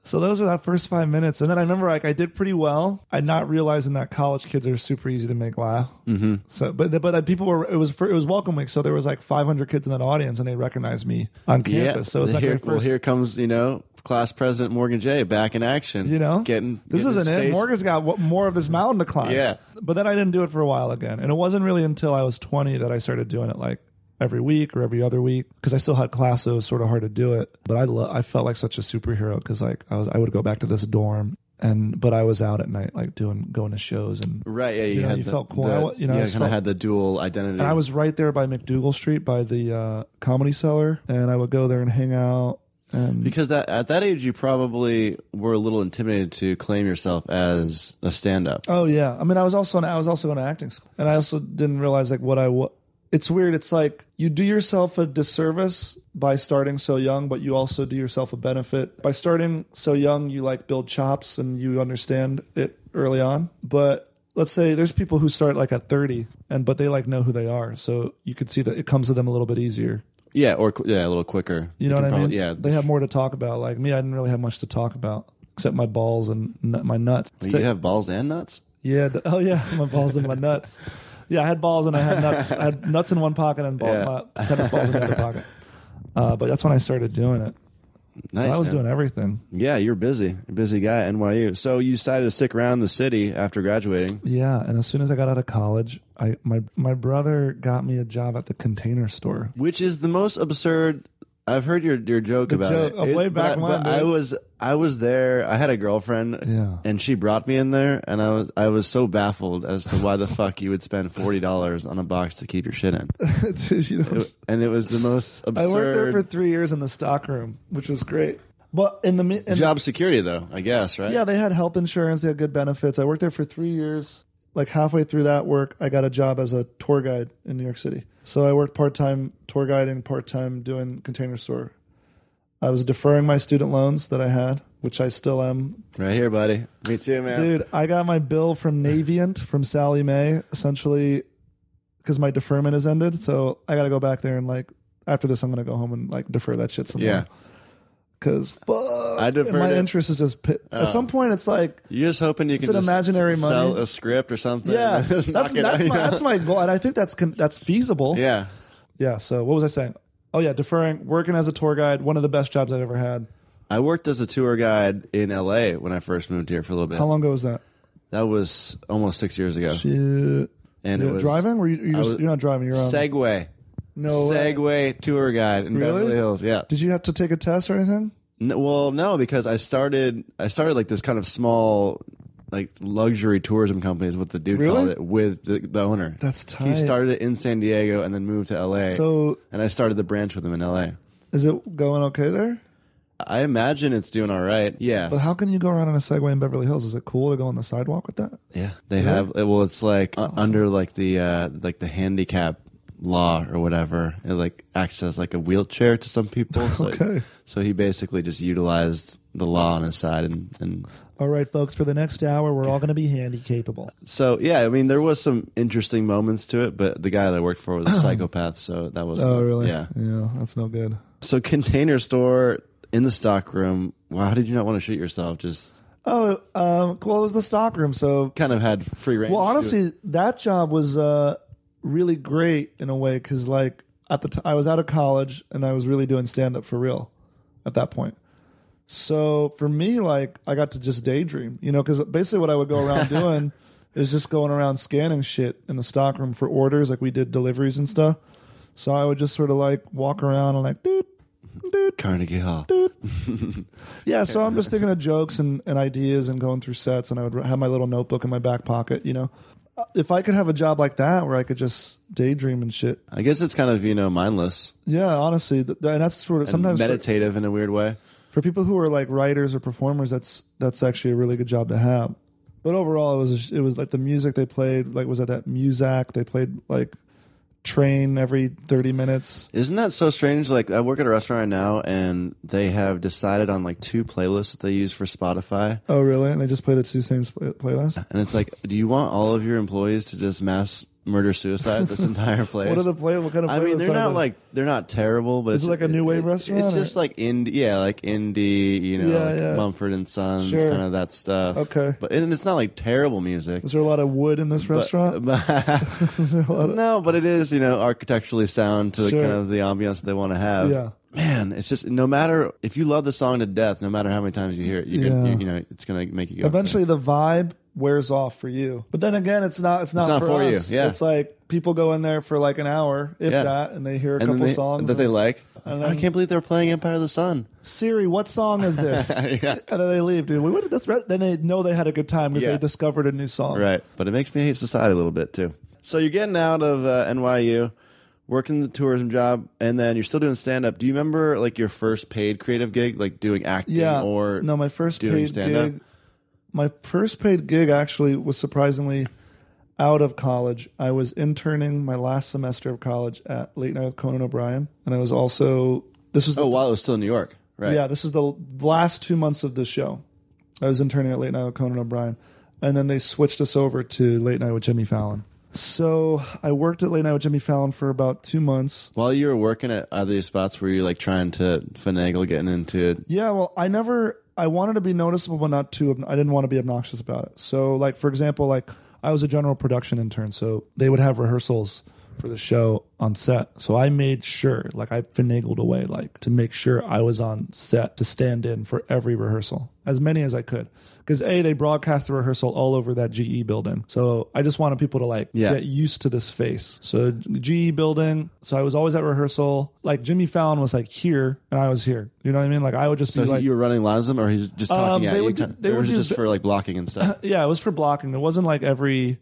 Speaker 4: so those are that first five minutes. And then I remember, like, I did pretty well. I not realizing that college kids are super easy to make laugh. Mm-hmm. So, but but uh, people were. It was for, it was welcome week, so there was like 500 kids in that audience, and they recognized me on
Speaker 3: yeah.
Speaker 4: campus. So it's like
Speaker 3: here,
Speaker 4: my first.
Speaker 3: well, here comes you know class president Morgan J. Back in action.
Speaker 4: You know,
Speaker 3: getting
Speaker 4: this
Speaker 3: getting
Speaker 4: isn't
Speaker 3: his
Speaker 4: it.
Speaker 3: face-
Speaker 4: Morgan's got what, more of this mountain to climb.
Speaker 3: Yeah.
Speaker 4: but then I didn't do it for a while again, and it wasn't really until I was twenty that I started doing it like every week or every other week because I still had class, so it was sort of hard to do it. But I lo- I felt like such a superhero because like I was I would go back to this dorm. And but I was out at night, like doing going to shows, and
Speaker 3: Right, yeah, you,
Speaker 4: you, know,
Speaker 3: had
Speaker 4: you
Speaker 3: the-
Speaker 4: felt cool.
Speaker 3: the-
Speaker 4: I wa- you know, I
Speaker 3: yeah,
Speaker 4: just
Speaker 3: kind of
Speaker 4: felt-
Speaker 3: had the dual identity.
Speaker 4: and I was right there by McDougal Street by the uh, comedy cellar, and I would go there and hang out. And
Speaker 3: because that at that age you probably were a little intimidated to claim yourself as a stand-up.
Speaker 4: Oh yeah, I mean, I was also in, I was also in acting school, and I also didn't realize like what I was. It's weird. It's like you do yourself a disservice by starting so young, but you also do yourself a benefit by starting so young. You like build chops and you understand it early on. But let's say there's people who start like at 30, and but they like know who they are, so you could see that it comes to them a little bit easier.
Speaker 3: Yeah, or qu- yeah, a little quicker.
Speaker 4: You know
Speaker 3: can
Speaker 4: what I
Speaker 3: probably-
Speaker 4: mean?
Speaker 3: Yeah,
Speaker 4: they have more to talk about. Like me, I didn't really have much to talk about except my balls and nut, my nuts.
Speaker 3: you have balls and nuts.
Speaker 4: Yeah. The, oh, yeah. My balls and my nuts. Yeah, I had balls and I had nuts. I had nuts in one pocket and ball,
Speaker 3: Yeah.
Speaker 4: my tennis balls in the other pocket. Uh, but that's when I started doing it.
Speaker 3: Nice.
Speaker 4: so I was
Speaker 3: man.
Speaker 4: doing everything.
Speaker 3: Yeah, you're busy, busy guy at NYU. So you decided to stick around the city after graduating.
Speaker 4: Yeah. And as soon as I got out of college, I my my brother got me a job at the Container Store.
Speaker 3: which is the most absurd. I've heard your your joke about
Speaker 4: joke
Speaker 3: it.
Speaker 4: of
Speaker 3: It-
Speaker 4: way back
Speaker 3: but,
Speaker 4: when,
Speaker 3: but I
Speaker 4: dude.
Speaker 3: was I was there. I had a girlfriend,
Speaker 4: Yeah.
Speaker 3: and she brought me in there, and I was I was so baffled as to why the fuck you would spend forty dollars on a box to keep your shit in,
Speaker 4: Dude, you know,
Speaker 3: It- and it was the most
Speaker 4: I worked there
Speaker 3: absurd
Speaker 4: for three years in the stockroom, which was great. But in the me- in
Speaker 3: job security, though. I guess right.
Speaker 4: Yeah, they had health insurance. They had good benefits. I worked there for three years. Like halfway through that work, I got a job as a tour guide in New York City. So I worked part time tour guiding, part time doing container store. I was deferring my student loans that I had, which I still am.
Speaker 3: right here, buddy. Me too, man.
Speaker 4: Dude, I got my bill from Navient from Sally May, essentially because my deferment has ended. So I got to go back there and like after this, I'm gonna go home and like defer that shit some
Speaker 3: Yeah,
Speaker 4: more. Because fuck,
Speaker 3: I deferred
Speaker 4: my
Speaker 3: it. Oh.
Speaker 4: interest is just pit- at some point it's like
Speaker 3: you're just hoping you can
Speaker 4: an
Speaker 3: just
Speaker 4: imaginary
Speaker 3: sell
Speaker 4: money.
Speaker 3: a script or something.
Speaker 4: Yeah,
Speaker 3: and
Speaker 4: that's
Speaker 3: just
Speaker 4: that's,
Speaker 3: knock it out, you
Speaker 4: my,
Speaker 3: know?
Speaker 4: that's my goal, and I think that's con- that's feasible.
Speaker 3: yeah.
Speaker 4: yeah. So what was I saying? Oh yeah, deferring working as a tour guide, one of the best jobs I've ever had.
Speaker 3: I worked as a tour guide in L.A. when I first moved here for a little bit.
Speaker 4: How long ago was that?
Speaker 3: That was almost six years ago.
Speaker 4: Shit.
Speaker 3: and
Speaker 4: You
Speaker 3: it was
Speaker 4: driving? Were you? you
Speaker 3: I
Speaker 4: just,
Speaker 3: was-
Speaker 4: you're not driving. You're on.
Speaker 3: Segway.
Speaker 4: no way.
Speaker 3: Segway tour guide in
Speaker 4: Really?
Speaker 3: Beverly Hills. Yeah.
Speaker 4: Did you have to take a test or anything?
Speaker 3: N- well, no, because I started. I started like this kind of small like luxury tourism company is what the dude
Speaker 4: Really?
Speaker 3: called it with the, the owner.
Speaker 4: That's
Speaker 3: He
Speaker 4: tight.
Speaker 3: started it in San Diego and then moved to L.A.
Speaker 4: So
Speaker 3: and I started the branch with him in L.A.
Speaker 4: is it going okay there?
Speaker 3: I imagine it's doing all right. Yeah.
Speaker 4: But how can you go around on a Segway in Beverly Hills? Is it cool to go on the sidewalk with that?
Speaker 3: Yeah, they have. uh, Well, it's like uh, under like the uh, like the handicap law or whatever. It like acts as like a wheelchair to some people. It's like-
Speaker 4: Okay.
Speaker 3: so he basically just utilized the law on his side, and and
Speaker 4: All right, folks, for the next hour, we're all going to be handy capable.
Speaker 3: so yeah. I mean, there was some interesting moments to it, but the guy that I worked for was a psychopath, so that was
Speaker 4: Oh, really?
Speaker 3: yeah.
Speaker 4: Yeah, that's no good.
Speaker 3: So container store in the stock room. Wow, how did you not want to shoot yourself? Just
Speaker 4: Oh, um, well, it was the stockroom, so
Speaker 3: kind of had free range.
Speaker 4: Well,
Speaker 3: to do it.
Speaker 4: honestly, that job was uh, really great in a way because, like, at the t- I was out of college and I was really doing stand up for real at that point. So for me, like, I got to just daydream, you know, because basically what I would go around doing is just going around scanning shit in the stockroom for orders, like we did deliveries and stuff. So I would just sort of like walk around and like, dude, dude,
Speaker 3: Carnegie Hall.
Speaker 4: yeah, so I'm just thinking of jokes and, and ideas and going through sets, and I would have my little notebook in my back pocket, you know. Uh, If I could have a job like that where I could just daydream and shit,
Speaker 3: I guess it's kind of you know mindless.
Speaker 4: yeah, honestly, th- and that's sort of sometimes for-
Speaker 3: meditative in a weird way.
Speaker 4: for, people who are like writers or performers, that's that's actually a really good job to have. But overall, it was a sh- it was like the music they played, like was at that Muzak they played like Train every thirty minutes.
Speaker 3: Isn't that so strange? Like I work at a restaurant right now, and they have decided on like two playlists that they use for Spotify,
Speaker 4: Oh, really? And they just played the two same play- playlists.
Speaker 3: and it's like, do you want all of your employees to just mass murder suicide this entire place?
Speaker 4: What are the play? What kind of?
Speaker 3: I mean,
Speaker 4: playlists
Speaker 3: they're
Speaker 4: are
Speaker 3: not
Speaker 4: they?
Speaker 3: like they're not terrible, but
Speaker 4: Is it like a new wave restaurant,
Speaker 3: It's just
Speaker 4: or-
Speaker 3: like indie, yeah, like indie, you know,
Speaker 4: Yeah,
Speaker 3: like
Speaker 4: yeah.
Speaker 3: Mumford and Sons,
Speaker 4: Sure.
Speaker 3: kind of that stuff.
Speaker 4: Okay.
Speaker 3: but and it's not like terrible music.
Speaker 4: Is there a lot of wood in this restaurant?
Speaker 3: um, But-
Speaker 4: Is there a lot of-
Speaker 3: no, but it is, you know, architecturally sound to
Speaker 4: uh, Sure.
Speaker 3: kind of the ambiance they want to have.
Speaker 4: Yeah.
Speaker 3: Man, it's just no matter if you love the song to death, no matter how many times you hear it, you, can,
Speaker 4: Yeah.
Speaker 3: you, you know it's gonna make you go.
Speaker 4: Eventually, the vibe wears off for you. But then again, it's not. It's not,
Speaker 3: not for you,
Speaker 4: us.
Speaker 3: yeah.
Speaker 4: It's like people go in there for like an hour, if
Speaker 3: Yeah.
Speaker 4: that, and they hear a
Speaker 3: and then
Speaker 4: couple
Speaker 3: they-
Speaker 4: songs.
Speaker 3: that they
Speaker 4: and,
Speaker 3: like. I can't believe they're playing Empire of the Sun.
Speaker 4: Siri, what song is this?
Speaker 3: Yeah.
Speaker 4: And then they leave, dude. We went to this. Re-. Then they know they had a good time because
Speaker 3: Yeah.
Speaker 4: they discovered a new song.
Speaker 3: Right, but it makes me hate society a little bit too. So you're getting out of uh, NYU, working the tourism job, and then you're still doing stand up. Do you remember like your first paid creative gig, like doing acting
Speaker 4: Yeah.
Speaker 3: or
Speaker 4: no, my first
Speaker 3: doing
Speaker 4: paid
Speaker 3: stand-up?
Speaker 4: gig. My first paid gig actually was surprisingly out of college. I was interning my last semester of college at Late Night with Conan O'Brien, and I was also this was
Speaker 3: oh while it was still in New York, right?
Speaker 4: Yeah, this is the last two months of the show. I was interning at Late Night with Conan O'Brien, and then they switched us over to Late Night with Jimmy Fallon. So I worked at Late Night with Jimmy Fallon for about two months.
Speaker 3: While you were working at other spots, were you like trying to finagle getting into?
Speaker 4: Yeah, well, I never. I wanted to be noticeable, but not too. obno- I didn't want to be obnoxious about it. So, like for example, like I was a general production intern, so they would have rehearsals for the show on set. So I made sure, like I finagled away, like to make sure I was on set to stand in for every rehearsal, as many as I could. Because a, they broadcast the rehearsal all over that GE building, so I just wanted people to like
Speaker 3: Yeah.
Speaker 4: get used to this face. So the GE building. So I was always at rehearsal. Like Jimmy Fallon was like here, and I was here. You know what I mean? Like I would just
Speaker 3: So
Speaker 4: be like,
Speaker 3: you were running lines with them, or he's just
Speaker 4: Um,
Speaker 3: talking at
Speaker 4: they
Speaker 3: you?
Speaker 4: would do-
Speaker 3: kind of-
Speaker 4: they
Speaker 3: or
Speaker 4: would
Speaker 3: was it
Speaker 4: do
Speaker 3: just
Speaker 4: the-
Speaker 3: for like blocking and stuff.
Speaker 4: yeah, it was for blocking. It wasn't like every.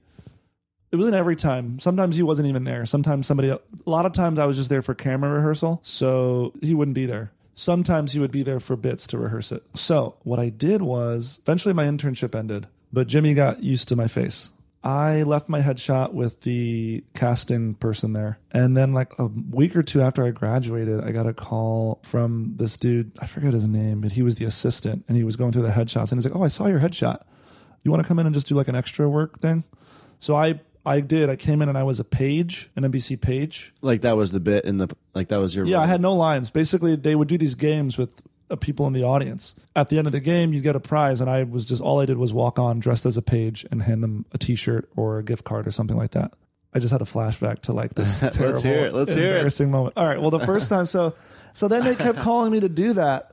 Speaker 4: It wasn't every time. Sometimes he wasn't even there. Sometimes somebody. A lot of times I was just there for camera rehearsal, so he wouldn't be there. Sometimes he would be there for bits to rehearse it. So what I did was eventually my internship ended, but Jimmy got used to my face. I left my headshot with the casting person there. And then, like a week or two after I graduated, I got a call from this dude. I forget his name, but he was the assistant and he was going through the headshots. And he's like, Oh, I saw your headshot you want to come in and just do like an extra work thing so i i did i came in and i was a page an nbc page
Speaker 3: Like that was the bit in the like that was your
Speaker 4: yeah i
Speaker 3: role.
Speaker 4: had no lines basically they would do these games with uh, people in the audience at the end of the game you'd get a prize and i was just all i did was walk on dressed as a page and hand them a t-shirt or a gift card or something like that i just had a flashback to like this terrible
Speaker 3: Let's hear it. Let's hear it.
Speaker 4: embarrassing moment all right well the first time so so then they kept calling me to do that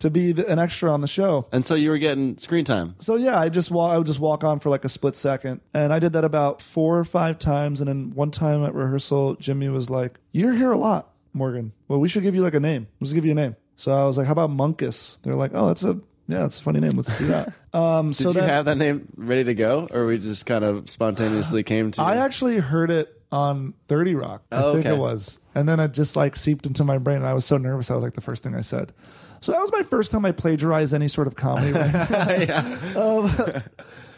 Speaker 4: to be the, an extra on the show
Speaker 3: and so you were getting screen time.
Speaker 4: so yeah, I just walk. I would just walk on for like a split second, and I did that about four or five times. And then one time at rehearsal, Jimmy was like, "You're here a lot, Morgan. Well, we should give you like a name. Let's give you a name." So I was like, "How about Monkus?" They're like, "Oh, that's a Yeah, it's a funny name. Let's do that. Um,
Speaker 3: Did
Speaker 4: so
Speaker 3: you
Speaker 4: that,
Speaker 3: have that name ready to go, or we just kind of spontaneously came to?
Speaker 4: I
Speaker 3: you?
Speaker 4: actually heard it on 30 Rock. I
Speaker 3: Oh,
Speaker 4: think
Speaker 3: okay.
Speaker 4: it was. And then it just like seeped into my brain and I was so nervous. I was like the first thing I said. So that was my first time I plagiarized any sort of comedy. Um,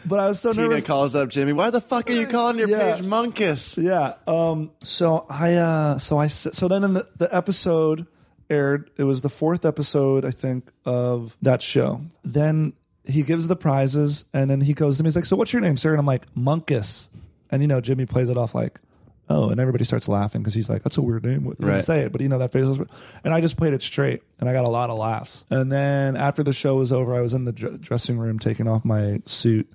Speaker 4: but I was so
Speaker 3: Tina
Speaker 4: nervous.
Speaker 3: calls up Jimmy. Why the fuck are you calling your
Speaker 4: Yeah.
Speaker 3: page Monkus?
Speaker 4: yeah. Um, so I, uh, so I, s- so then in the, the episode aired, it was the fourth episode, I think, of that show. Then he gives the prizes and then he goes to me, he's like, so what's your name, sir? And I'm like, Monkus. And you know, Jimmy plays it off like, oh, and everybody starts laughing because he's like, that's a weird name. What,
Speaker 3: Right.
Speaker 4: right. Say it, but you know, that face was, and I just played it straight and I got a lot of laughs. And then after the show was over, I was in the dr- dressing room taking off my suit.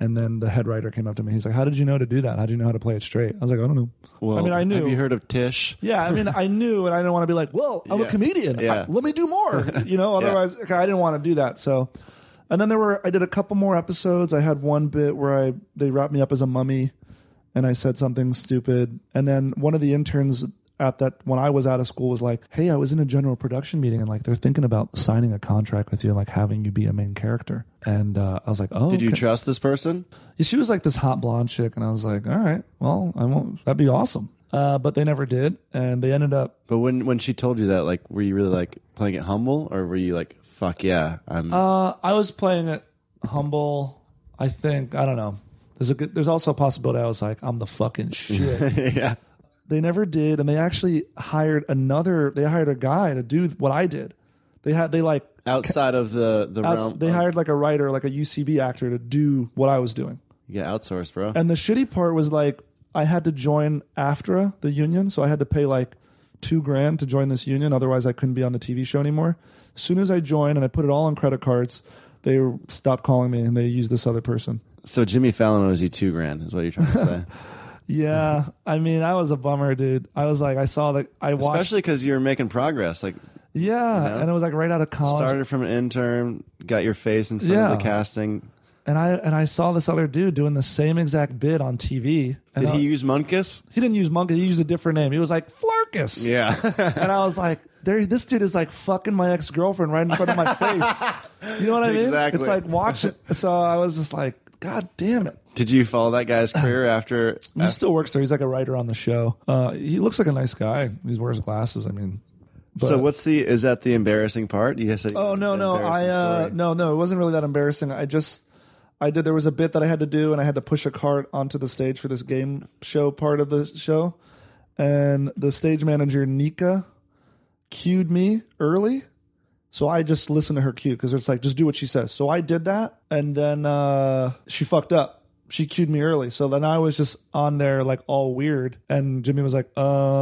Speaker 4: And then the head writer came up to me. He's like, how did you know to do that? How do you know how to play it straight? I was like, I don't know.
Speaker 3: Well,
Speaker 4: I mean, I knew.
Speaker 3: Have you heard of Tish?
Speaker 4: Yeah, I mean, I knew, and I didn't want to be like, well, I'm
Speaker 3: Yeah.
Speaker 4: a comedian. I-
Speaker 3: Yeah.
Speaker 4: let me do more. You know, otherwise, okay, I didn't want to do that. So, and then there were, I did a couple more episodes. I had one bit where I they wrapped me up as a mummy, and I said something stupid. And then one of the interns at that when I was out of school was like, "Hey, I was in a general production meeting, and like they're thinking about signing a contract with you, and like having you be a main character." And uh, I was like, "Oh,
Speaker 3: Did you
Speaker 4: okay."
Speaker 3: trust this person?
Speaker 4: she was like this hot blonde chick, and I was like, "All right, well, I won't. That'd be awesome." Uh, but they never did, and they ended up
Speaker 3: But when when she told you that, like, were you really like playing it humble, or were you like, fuck yeah, I'm
Speaker 4: Uh, I was playing it humble. I think I don't know. There's a good, there's also a possibility I was like I'm the fucking shit.
Speaker 3: yeah,
Speaker 4: they never did, and they actually hired another. They hired a guy to do what I did. They had they like
Speaker 3: outside of the the
Speaker 4: outs-
Speaker 3: realm?
Speaker 4: they
Speaker 3: of-
Speaker 4: hired like a writer, like a UCB actor, to do what I was doing.
Speaker 3: yeah, outsourced, bro.
Speaker 4: And the shitty part was like I had to join AFTRA, the union, so I had to pay like two grand to join this union. Otherwise, I couldn't be on the TV show anymore. As soon as I joined and I put it all on credit cards, they stopped calling me and they used this other person.
Speaker 3: so Jimmy Fallon owes you two grand, is what you're trying to say.
Speaker 4: Yeah, I mean, I was a bummer, dude. I was like, I saw that I watched.
Speaker 3: Especially because you're making progress. Like,
Speaker 4: yeah,
Speaker 3: know?
Speaker 4: and it was like right out of college,
Speaker 3: started from an intern, got your face in front
Speaker 4: Yeah.
Speaker 3: of the casting.
Speaker 4: and I and I saw this other dude doing the same exact bid on TV. And
Speaker 3: Did
Speaker 4: I-
Speaker 3: he use Munkus?
Speaker 4: He didn't use monkey. He used a different name. He was like Flarkus.
Speaker 3: Yeah.
Speaker 4: and I was like, there, this dude is like fucking my ex girlfriend right in front of my face. You know what I mean?
Speaker 3: Exactly.
Speaker 4: It's like watch it. So I was just like, God damn it.
Speaker 3: Did you follow that guy's career after?
Speaker 4: He still works there. He's like a writer on the show. Uh, he looks like a nice guy. He wears glasses. I mean, but-
Speaker 3: so what's the? Is that the embarrassing part? You said.
Speaker 4: Oh no, no, I
Speaker 3: embarrassing
Speaker 4: uh,
Speaker 3: story.
Speaker 4: no, no, it wasn't really that embarrassing. I just I did there was a bit that I had to do and I had to push a cart onto the stage for this game show part of the show. And the stage manager Nika cued me early. So I just listened to her cue because it's like just do what she says. So I did that and then uh she fucked up. She cued me early. So then I was just on there like all weird and Jimmy was like,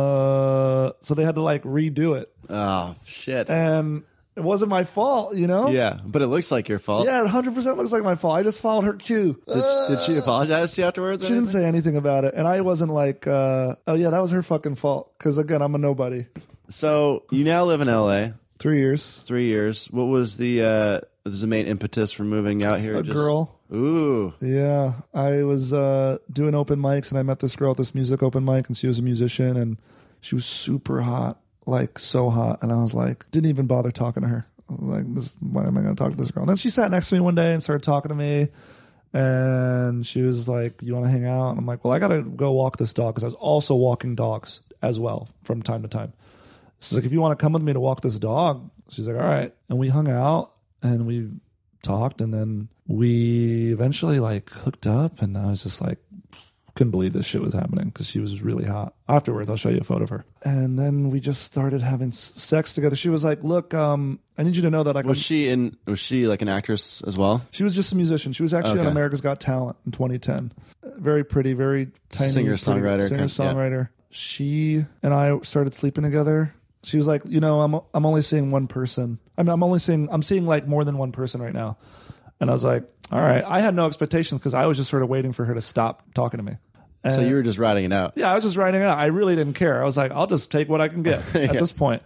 Speaker 4: uh so they had to like redo it.
Speaker 3: Oh shit.
Speaker 4: And it wasn't my fault, you know?
Speaker 3: yeah, but it looks like your fault.
Speaker 4: Yeah, it 100% looks like my fault. I just followed her cue.
Speaker 3: Did, did she apologize to you afterwards? or
Speaker 4: She didn't
Speaker 3: anything?
Speaker 4: say anything about it. And I wasn't like, uh, oh, yeah, that was her fucking fault. Because again, I'm a nobody.
Speaker 3: So you now live in LA.
Speaker 4: Three years.
Speaker 3: Three years. What was the uh, was the main impetus for moving out here?
Speaker 4: A
Speaker 3: Just-
Speaker 4: girl.
Speaker 3: Ooh.
Speaker 4: Yeah. I was uh, doing open mics and I met this girl at this music open mic and she was a musician and she was super hot, like so hot. And I was like, didn't even bother talking to her. I was like, this, why am I going to talk to this girl? And then she sat next to me one day and started talking to me. and she was like, "You want to hang out?" And I'm like, "Well, I gotta go walk this dog because I was also walking dogs as well from time to time." She's like, "If you want to come with me to walk this dog," she's like, "All right." And we hung out and we talked, and then we eventually like hooked up, and I was just like, couldn't believe this shit was happening because she was really hot. Afterwards, I'll show you a photo of her. And then we just started having s- sex together. She was like, "Look, um, I need you to know that I can
Speaker 3: Was she in? Was she like an actress as well?
Speaker 4: she was just a musician. She was actually on
Speaker 3: Okay.
Speaker 4: America's Got Talent in 2010. Uh, Very pretty, very tiny
Speaker 3: Singer-songwriter
Speaker 4: Singer
Speaker 3: kind-
Speaker 4: songwriter. She and I started sleeping together. She was like, you know, I'm I'm only seeing one person. I mean, I'm only seeing I'm seeing like more than one person right now. And I was like, all right. I had no expectations because I was just sort of waiting for her to stop talking to me.
Speaker 3: So
Speaker 4: And-
Speaker 3: you were just riding it out.
Speaker 4: yeah, I was just writing it out. I really didn't care. I was like, I'll just take what I can get at this point.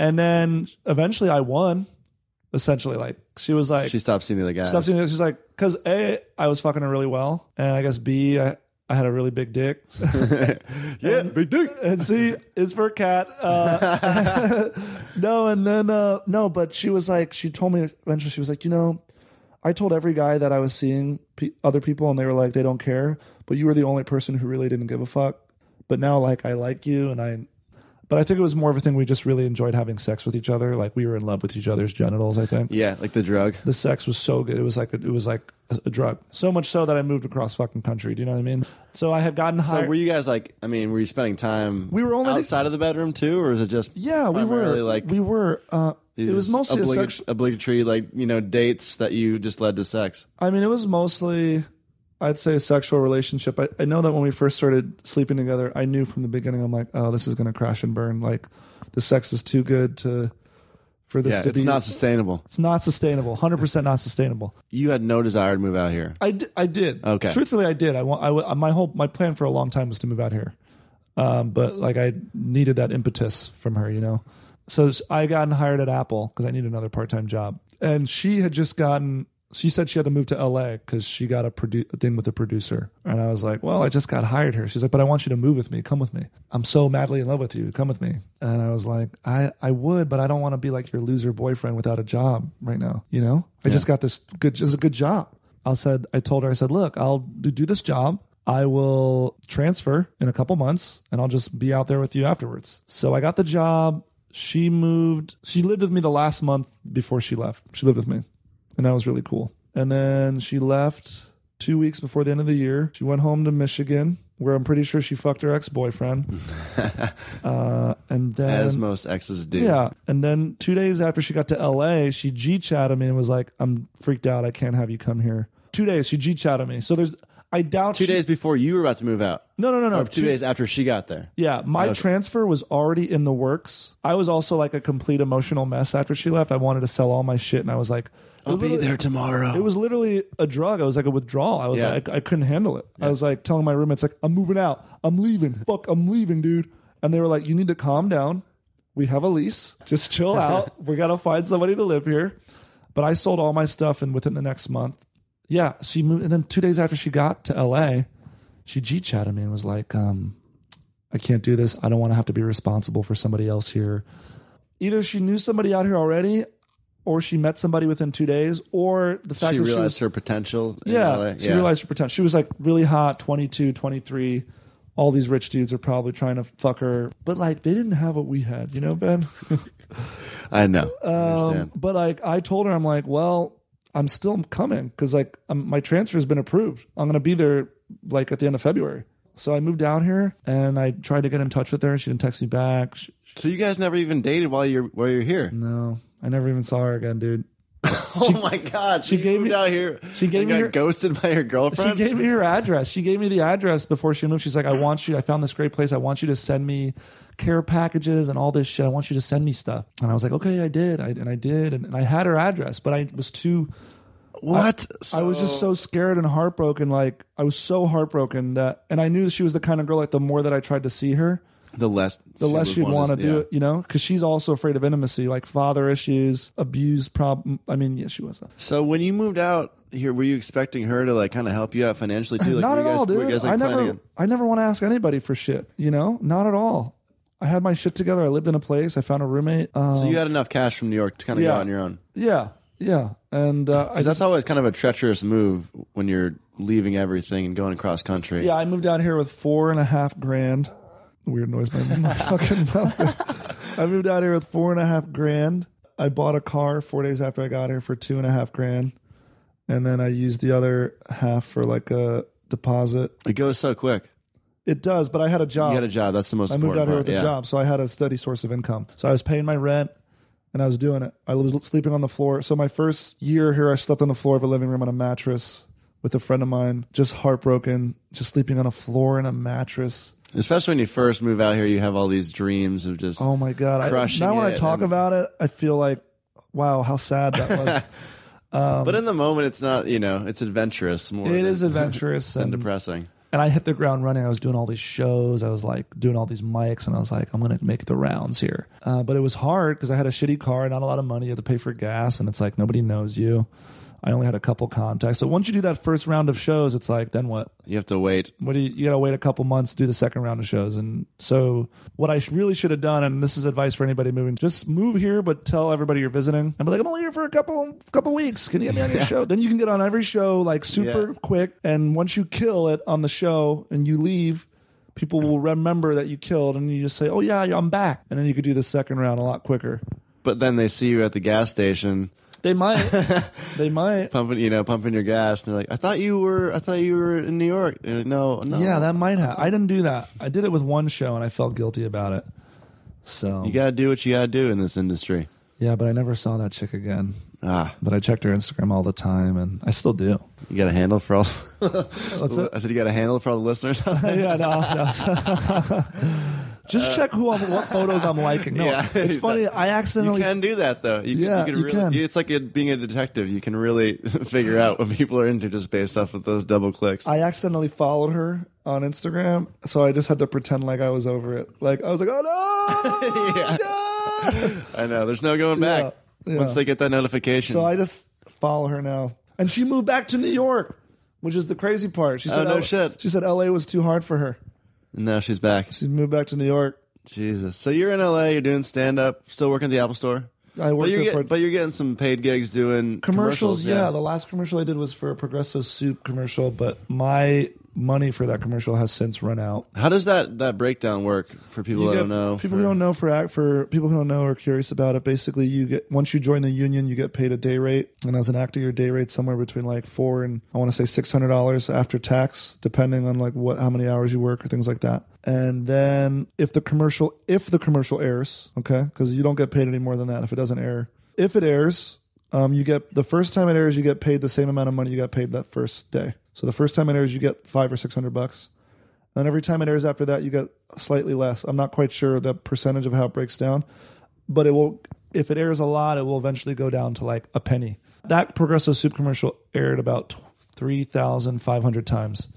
Speaker 4: And then eventually I won, essentially. Like, she was like,
Speaker 3: She stopped seeing the other guys.
Speaker 4: Stop doing this. She's like, because A, I was fucking her really well. And I guess B, I, I had a really big dick.
Speaker 3: yeah, big dick.
Speaker 4: and C is for cat. Uh, no, and then uh, no, but she was like, she told me eventually, she was like, you know, I told every guy that I was seeing pe- other people, and they were like, they don't care, but you were the only person who really didn't give a fuck. But now, like, I like you, and I. But I think it was more of a thing we just really enjoyed having sex with each other. Like we were in love with each other's genitals. I think
Speaker 3: Yeah, like the drug.
Speaker 4: the sex was so good. It was like a, it was like a, a drug. So much so that I moved across fucking country. Do you know what I mean? So I had gotten
Speaker 3: So
Speaker 4: high.
Speaker 3: were you guys like? I mean, were you spending time?
Speaker 4: We were only-
Speaker 3: outside of the bedroom too, or is it just?
Speaker 4: Yeah, we were
Speaker 3: primarily, like
Speaker 4: we were. Uh, it was
Speaker 3: just
Speaker 4: mostly a
Speaker 3: oblig-
Speaker 4: sex-
Speaker 3: obligatory, like you know, dates that you just led to sex.
Speaker 4: I mean, it was mostly, I'd say, a sexual relationship. I, I know that when we first started sleeping together, I knew from the beginning. I'm like, oh, this is gonna crash and burn. Like, the sex is too good to for this
Speaker 3: Yeah,
Speaker 4: to
Speaker 3: it's
Speaker 4: be.
Speaker 3: not sustainable.
Speaker 4: it's not sustainable. Hundred percent not sustainable.
Speaker 3: You had no desire to move out here.
Speaker 4: I, d- I did.
Speaker 3: Okay.
Speaker 4: Truthfully, I did. I want. I wa- my whole my plan for a long time was to move out here, um, but like I needed that impetus from her, you know. So s- I gotten hired at Apple because I needed another part time job, and she had just gotten. She said she had to move to LA because she got a, produ- a thing with a producer, and I was like, "Well, I just got hired here." She's like, "But I want you to move with me. Come with me. I'm so madly in love with you. Come with me." And I was like, "I I would, but I don't want to be like your loser boyfriend without a job right now. You know, I just got this good. This is a good job." I said, I told her, I said, look, I'll do do this job. I will transfer in a couple months and I'll just be out there with you afterwards. So I got the job. She moved. She lived with me the last month before she left. She lived with me and that was really cool. And then she left two weeks before the end of the year. She went home to Michigan where I'm pretty sure she fucked her ex boyfriend. uh, and then.
Speaker 3: As most exes do.
Speaker 4: Yeah. And then two days after she got to LA, she G chatted me and was like, I'm freaked out. I can't have you come here. Two days, she G chatted me. So there's, I doubt
Speaker 3: Two
Speaker 4: she-
Speaker 3: days before you were about to move out.
Speaker 4: No, no, no, no.
Speaker 3: Or two, days after she got there.
Speaker 4: Yeah. My
Speaker 3: Okay.
Speaker 4: transfer was already in the works. I was also like a complete emotional mess after she left. I wanted to sell all my shit and I was like,
Speaker 3: I'll be
Speaker 4: literally-
Speaker 3: there tomorrow.
Speaker 4: It was literally a drug. I was like a withdrawal. I was
Speaker 3: Oh. Yeah.
Speaker 4: like, I, couldn't handle it. I was like telling my roommates, like, I'm moving out. I'm leaving. Fuck, I'm leaving, dude. And they were like, you need to calm down. We have a lease. Just chill out. we got to find somebody to live here. But I sold all my stuff and within the next month. Yeah. She moved. And then two days after she got to LA, she G chatted me and was like, um, I can't do this. I don't want to have to be responsible for somebody else here. Either she knew somebody out here already, or she met somebody within two days, or the fact
Speaker 3: she
Speaker 4: that
Speaker 3: realized
Speaker 4: she was
Speaker 3: her potential. in
Speaker 4: yeah,
Speaker 3: LA.
Speaker 4: she realized her potential. She was like really hot, 22, 23. All these rich dudes are probably trying to fuck her, but like they didn't have what we had, you know, Ben.
Speaker 3: I know. I
Speaker 4: um,
Speaker 3: understand.
Speaker 4: but like I told her, I'm like, well, I'm still coming because like um my transfer has been approved. I'm gonna be there like at the end of February. So I moved down here and I tried to get in touch with her. She didn't text me back. She,
Speaker 3: So you guys never even dated while you're while you're here.
Speaker 4: no, I never even saw her again, dude.
Speaker 3: oh my god! She
Speaker 4: gave
Speaker 3: gave moved
Speaker 4: me-
Speaker 3: out here.
Speaker 4: she gave
Speaker 3: and
Speaker 4: me
Speaker 3: got
Speaker 4: her-
Speaker 3: ghosted by her
Speaker 4: She
Speaker 3: girlfriend.
Speaker 4: gave me her address. She gave me the address before she moved. She's like, I want you, I found this great place. I want you to send me care packages and all this shit. I want you to send me stuff. And I was like, okay, I did. I, and I did. And, and I had her address, but I was too,
Speaker 3: what?
Speaker 4: I was just so scared and heartbroken. Like, I was so heartbroken that, and I knew that she was the kind of girl, like, the more that I tried to see her,
Speaker 3: the less
Speaker 4: the less she'd want to do it, you know? Because she's also afraid of intimacy, like father issues, abuse problem. I mean, yeah, she was.
Speaker 3: So when you moved out here, were you expecting her to like kind of help you out financially too? Like, were
Speaker 4: not at
Speaker 3: you guys,
Speaker 4: all,
Speaker 3: were you
Speaker 4: dude.
Speaker 3: guys, like,
Speaker 4: I
Speaker 3: planning
Speaker 4: never,
Speaker 3: it?
Speaker 4: I never want to ask anybody for shit. You know, not at all. I had my shit together. I lived in a place. I found a roommate. Um,
Speaker 3: So you had enough cash from New York to kind of
Speaker 4: Yeah.
Speaker 3: go on your own.
Speaker 4: yeah, yeah, and uh, I
Speaker 3: 'Cause that's always kind of a treacherous move when you're leaving everything and going across country.
Speaker 4: yeah, I moved out here with four and a half grand. Weird noise, my, my fucking mouth. I moved out here with four and a half grand. I bought a car four days after I got here for two and a half grand, and then I used the other half for like a deposit.
Speaker 3: It goes so quick.
Speaker 4: It does, but I had a job.
Speaker 3: You got a job. That's the most
Speaker 4: Oh. I moved
Speaker 3: important
Speaker 4: out here
Speaker 3: part.
Speaker 4: with a
Speaker 3: yeah.
Speaker 4: job, so I had a steady source of income. So I was paying my rent and I was doing it. I was sleeping on the floor. So my first year here, I slept on the floor of a living room on a mattress with a friend of mine, just heartbroken, just sleeping on a floor and a mattress.
Speaker 3: Especially when you first move out here, you have all these dreams of just.
Speaker 4: Oh my god! I,
Speaker 3: Crushing
Speaker 4: now when I
Speaker 3: it
Speaker 4: talk
Speaker 3: and-
Speaker 4: about it, I feel like, wow, how sad that was.
Speaker 3: but in the moment, it's not. You know, it's adventurous more.
Speaker 4: it
Speaker 3: than-
Speaker 4: is adventurous
Speaker 3: than
Speaker 4: and
Speaker 3: depressing.
Speaker 4: and I hit the ground running. I was doing all these shows. I was like doing all these mics, and I was like, I'm gonna make the rounds here. Uh, but it was hard because I had a shitty car, not a lot of money. You have to pay for gas, and it's like nobody knows you. I only had a couple contacts. So once you do that first round of shows, it's like, then what?
Speaker 3: You have to wait.
Speaker 4: what do you, you got to wait a couple months to do the second round of shows and so what i sh- really should have done and this is advice for anybody moving just move here but tell everybody you're visiting and be like i'm only here for a couple couple weeks can you get me on your show then you can get on every show like super
Speaker 3: Yeah.
Speaker 4: quick and once you kill it on the show and you leave people will remember that you killed and you just say oh yeah i'm back and then you could do the second round a lot quicker
Speaker 3: But then they see you at the gas station
Speaker 4: they might they might
Speaker 3: pumping, you know, pumping your gas, and they're like, "I thought you were, I thought you were in New York." And they're like, no, no.
Speaker 4: yeah that might have i didn't do that i did it with one show and i felt guilty about it so
Speaker 3: you gotta do what you gotta do in this industry.
Speaker 4: Yeah, but I never saw that chick again.
Speaker 3: Ah,
Speaker 4: But I checked her Instagram all the time, and I still do.
Speaker 3: you got a handle for all.
Speaker 4: What's it?
Speaker 3: I said you got a handle for all the listeners.
Speaker 4: yeah, no, no. Just check who I'm, what photos I'm liking. No,
Speaker 3: Yeah,
Speaker 4: it's funny. I
Speaker 3: You
Speaker 4: accidentally.
Speaker 3: can do that though. You, can-
Speaker 4: Yeah,
Speaker 3: you can
Speaker 4: you
Speaker 3: really,
Speaker 4: can.
Speaker 3: It's like it, being a detective. You can really figure out what people are into just based off of those double clicks.
Speaker 4: I accidentally followed her on Instagram, so I just had to pretend like I was over it. Like I was like, oh no,
Speaker 3: Yeah.
Speaker 4: no.
Speaker 3: I know. There's no going back
Speaker 4: Yeah, yeah.
Speaker 3: once they get that notification.
Speaker 4: So I just follow her now, and she moved back to New York, which is the crazy part. She said,
Speaker 3: Oh, no
Speaker 4: L-
Speaker 3: shit.
Speaker 4: She said L.A. was too hard for her.
Speaker 3: and now she's back.
Speaker 4: She moved back to New York.
Speaker 3: Jesus. So you're in LA. You're doing stand up. Still working at the Apple Store.
Speaker 4: I
Speaker 3: But
Speaker 4: worked
Speaker 3: you're,
Speaker 4: there
Speaker 3: get-
Speaker 4: for
Speaker 3: but you're getting some paid gigs doing
Speaker 4: commercials, yeah. The last commercial I did was for a Progresso soup commercial, but my money for that commercial has since run out.
Speaker 3: How does that that breakdown work for people
Speaker 4: You
Speaker 3: that
Speaker 4: get-
Speaker 3: don't know?
Speaker 4: People who don't know for act for people who don't know or curious about it. Basically, you get once you join the union, you get paid a day rate, and as an actor, your day rate somewhere between like four and I want to say six hundred dollars after tax, depending on like what how many hours you work or things like that. And then if the commercial if the commercial airs, okay, because you don't get paid any more than that if it doesn't air. If it airs, um, you get the first time it airs, you get paid the same amount of money you got paid that first day. So the first time it airs, you get five or six hundred bucks. And every time it airs after that, you get slightly less. I'm not quite sure the percentage of how it breaks down, but it will. If it airs a lot, it will eventually go down to like a penny. That Progresso soup commercial aired about three thousand five hundred times.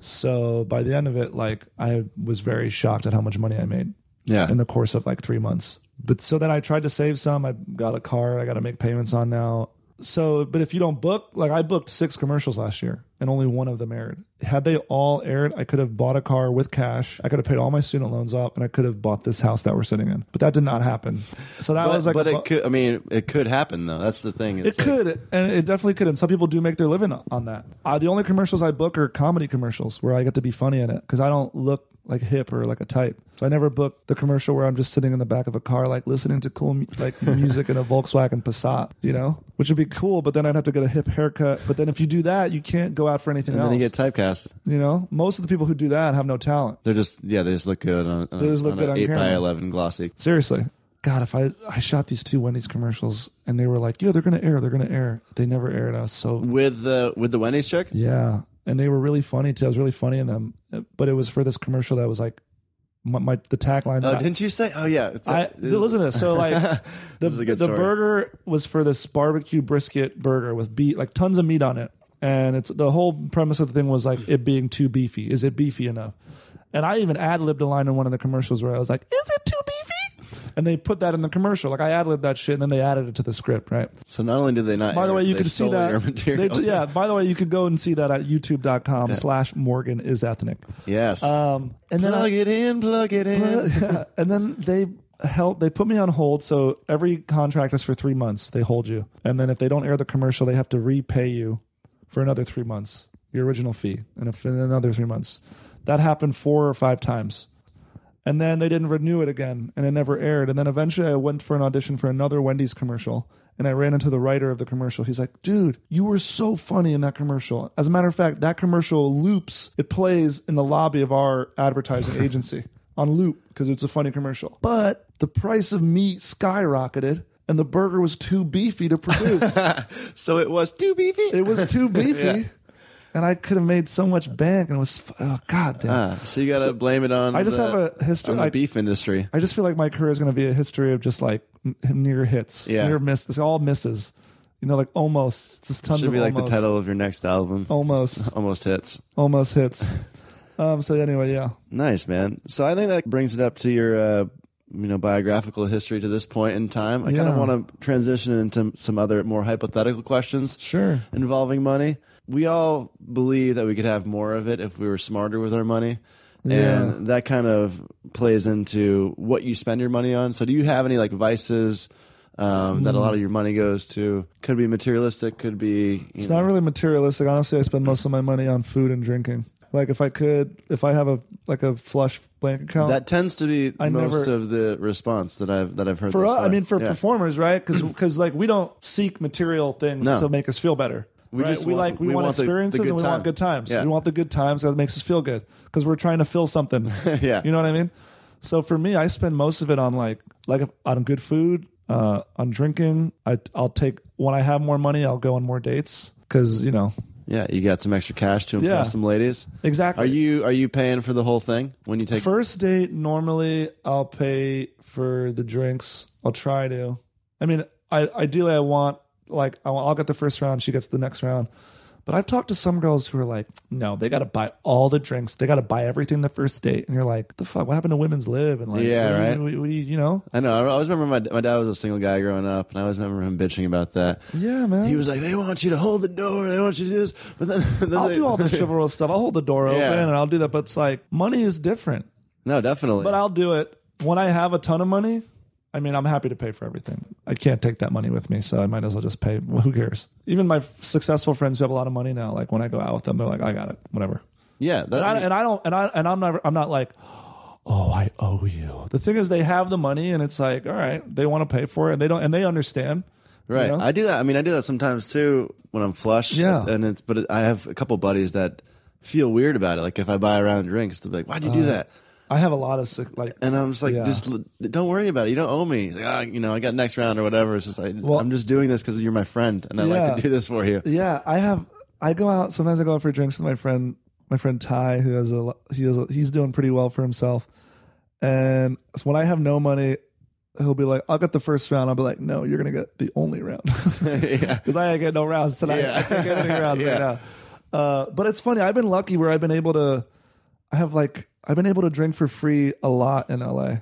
Speaker 4: So by the end of it, like I was very shocked at how much money I made
Speaker 3: Yeah.
Speaker 4: in the course of like three months. But so then I tried to save some. I got a car. I got to make payments on now. So, but if you don't book, like I booked six commercials last year and only one of them aired. Had they all aired, I could have bought a car with cash. I could have paid all my student loans off and I could have bought this house that we're sitting in. But that did not happen. So that
Speaker 3: but
Speaker 4: was like,
Speaker 3: but
Speaker 4: a
Speaker 3: it
Speaker 4: bu-
Speaker 3: could. I mean, it could happen though. That's the thing.
Speaker 4: it
Speaker 3: It's like-
Speaker 4: could, and it definitely could. And some people do make their living on that. Uh, the only commercials I book are comedy commercials where I get to be funny in it because I don't look like hip or like a type. So I never book the commercial where I'm just sitting in the back of a car, like listening to cool mu- like music in a Volkswagen Passat, you know, which would be cool. But then I'd have to get a hip haircut. But then if you do that, you can't go out for anything
Speaker 3: And
Speaker 4: else.
Speaker 3: then you get typecast.
Speaker 4: you know, most of the people who do that have no talent.
Speaker 3: They're just yeah. They just look good on, on,
Speaker 4: They just look
Speaker 3: on
Speaker 4: good
Speaker 3: an
Speaker 4: on
Speaker 3: eight by
Speaker 4: camera.
Speaker 3: eleven glossy.
Speaker 4: Seriously. God, if I I shot these two Wendy's commercials and they were like, yeah, they're gonna air, they're gonna air. They never aired. I was so
Speaker 3: with the with the Wendy's chick.
Speaker 4: Yeah, and they were really funny too. I was really funny in them, but it was for this commercial that was like my, my the tagline.
Speaker 3: Oh,
Speaker 4: that I-
Speaker 3: didn't you say? Oh yeah. It's
Speaker 4: I,
Speaker 3: it was-
Speaker 4: listen to this. So like the,
Speaker 3: is a good
Speaker 4: the
Speaker 3: story.
Speaker 4: burger was for this barbecue brisket burger with beef, like tons of meat on it, and it's the whole premise of the thing was like it being too beefy. Is it beefy enough? And I even ad libbed a line in one of the commercials where I was like, "Is it too beefy?" And they put that in the commercial. Like I ad libbed that shit, and then they added it to the script, right?
Speaker 3: So not only did they not.
Speaker 4: By the
Speaker 3: air,
Speaker 4: way, you
Speaker 3: they
Speaker 4: can see
Speaker 3: stole
Speaker 4: that.
Speaker 3: Your
Speaker 4: they
Speaker 3: materials.
Speaker 4: t- yeah. By the way, you could go and see that at youtube.com slash Morgan is ethnic.
Speaker 3: Yes.
Speaker 4: Um, and then
Speaker 3: plug
Speaker 4: I,
Speaker 3: it in. Plug it in.
Speaker 4: yeah, and then they help. They put me on hold. So every contract is for three months. They hold you, and then if they don't air the commercial, they have to repay you for another three months your original fee, and if, and another three months. That happened four or five times. And then they didn't renew it again, and it never aired. And then eventually I went for an audition for another Wendy's commercial, and I ran into the writer of the commercial. He's like, dude, you were so funny in that commercial. As a matter of fact, that commercial loops, it plays in the lobby of our advertising agency on loop because it's a funny commercial. But the price of meat skyrocketed, and the burger was too beefy to produce.
Speaker 3: So it was too beefy.
Speaker 4: it was too beefy. And I could have made so much bank, and it was, oh, god damn.
Speaker 3: Ah, so you gotta blame it on.
Speaker 4: I just
Speaker 3: the-
Speaker 4: have a history-
Speaker 3: on the
Speaker 4: I-
Speaker 3: beef industry.
Speaker 4: I just feel like my career is going to be a history of just like n- near hits,
Speaker 3: Yeah.
Speaker 4: near miss. It's all misses, you know, like almost, just tons
Speaker 3: Should
Speaker 4: of
Speaker 3: be like
Speaker 4: almost,
Speaker 3: the title of your next album.
Speaker 4: almost,
Speaker 3: Almost hits.
Speaker 4: almost hits. Um. So anyway, yeah,
Speaker 3: Nice man. So I think that brings it up to your uh, you know biographical history to this point in time. I kind of
Speaker 4: Yeah.
Speaker 3: want to transition into some other more hypothetical questions
Speaker 4: Sure.
Speaker 3: involving money. We all believe that we could have more of it if we were smarter with our money.
Speaker 4: Yeah.
Speaker 3: And that kind of plays into what you spend your money on. So, do you have any like vices um, that a lot of your money goes to? Could be materialistic, could be. you
Speaker 4: It's
Speaker 3: know-
Speaker 4: not really materialistic. Honestly, I spend most of my money on food and drinking. Like if I could, if I have a like a flush blank account.
Speaker 3: That tends to be
Speaker 4: I
Speaker 3: most
Speaker 4: never-
Speaker 3: of the response that I've that I've heard.
Speaker 4: for
Speaker 3: thus
Speaker 4: us, I
Speaker 3: far.
Speaker 4: mean, for
Speaker 3: Yeah.
Speaker 4: performers, right? Because like we don't seek material things
Speaker 3: No.
Speaker 4: to make us feel better.
Speaker 3: We
Speaker 4: We
Speaker 3: just
Speaker 4: just we
Speaker 3: want-
Speaker 4: like we,
Speaker 3: we
Speaker 4: want,
Speaker 3: want the- the
Speaker 4: experiences
Speaker 3: good
Speaker 4: and we
Speaker 3: time.
Speaker 4: want good times.
Speaker 3: Yeah.
Speaker 4: We want the good times that makes us feel good because we're trying to fill something.
Speaker 3: Yeah.
Speaker 4: you know what I mean. So for me, I spend most of it on like like on good food, uh, on drinking. I I'll take when I have more money, I'll go on more dates because you know
Speaker 3: yeah, you got some extra cash to impress
Speaker 4: Yeah.
Speaker 3: some ladies.
Speaker 4: exactly.
Speaker 3: Are you are you paying for the whole thing when you take?
Speaker 4: First date, normally I'll pay for the drinks. I'll try to. I mean, I ideally I want like I want, I'll get the first round. She gets the next round. But I've talked to some girls who are like, no, they got to buy all the drinks. They got to buy everything the first date. And you're like, the fuck? What happened to women's lib? And like,
Speaker 3: Yeah,
Speaker 4: what do you-
Speaker 3: right.
Speaker 4: What, do you- what do you, you know?
Speaker 3: I know. I always remember my my dad was a single guy growing up, and I always remember him bitching about that.
Speaker 4: Yeah, man.
Speaker 3: He was like, "They want you to hold the door. They want you to do this." But then, then
Speaker 4: I'll
Speaker 3: they-
Speaker 4: do all the chivalrous stuff. I'll hold the door
Speaker 3: Yeah.
Speaker 4: open and I'll do that. But it's like money is different.
Speaker 3: No, definitely.
Speaker 4: But I'll do it when I have a ton of money. I mean, I'm happy to pay for everything. I can't take that money with me, so I might as well just pay. Well, who cares? Even my successful friends who have a lot of money now, like when I go out with them, they're like, "I got it, whatever."
Speaker 3: yeah, that,
Speaker 4: And I, and I don't, and I, and I'm not, I'm not like, "Oh, I owe you." The thing is, they have the money, and it's like, all right, they want to pay for it, and they don't, and they understand. you
Speaker 3: right.
Speaker 4: know?
Speaker 3: I do that. I mean, I do that sometimes too when I'm flush.
Speaker 4: Yeah.
Speaker 3: and it's but I have a couple buddies that feel weird about it. Like if I buy a round of drinks, they'll be like, "Why'd you do that?"
Speaker 4: I have a lot of suc- like,
Speaker 3: And I'm just like,
Speaker 4: Uh, Yeah.
Speaker 3: just l- don't worry about it. You don't owe me. Like, ah, you know, I got next round or whatever. It's just like,
Speaker 4: Well-
Speaker 3: I'm just doing this because you're my friend, and I like
Speaker 4: Yeah.
Speaker 3: to do this for you.
Speaker 4: Yeah, I have. I go out sometimes. I go out for drinks with my friend, my friend Ty, who has a lo- he has a, he's doing pretty well for himself. And so when I have no money, he'll be like, "I'll get the first round." I'll be like, "No, you're gonna get the only round because
Speaker 3: yeah.
Speaker 4: I ain't get no rounds tonight.
Speaker 3: Yeah.
Speaker 4: I can't get any rounds
Speaker 3: Yeah.
Speaker 4: right now." Uh, but it's funny. I've been lucky where I've been able to. I have like I've been able to drink for free a lot in LA.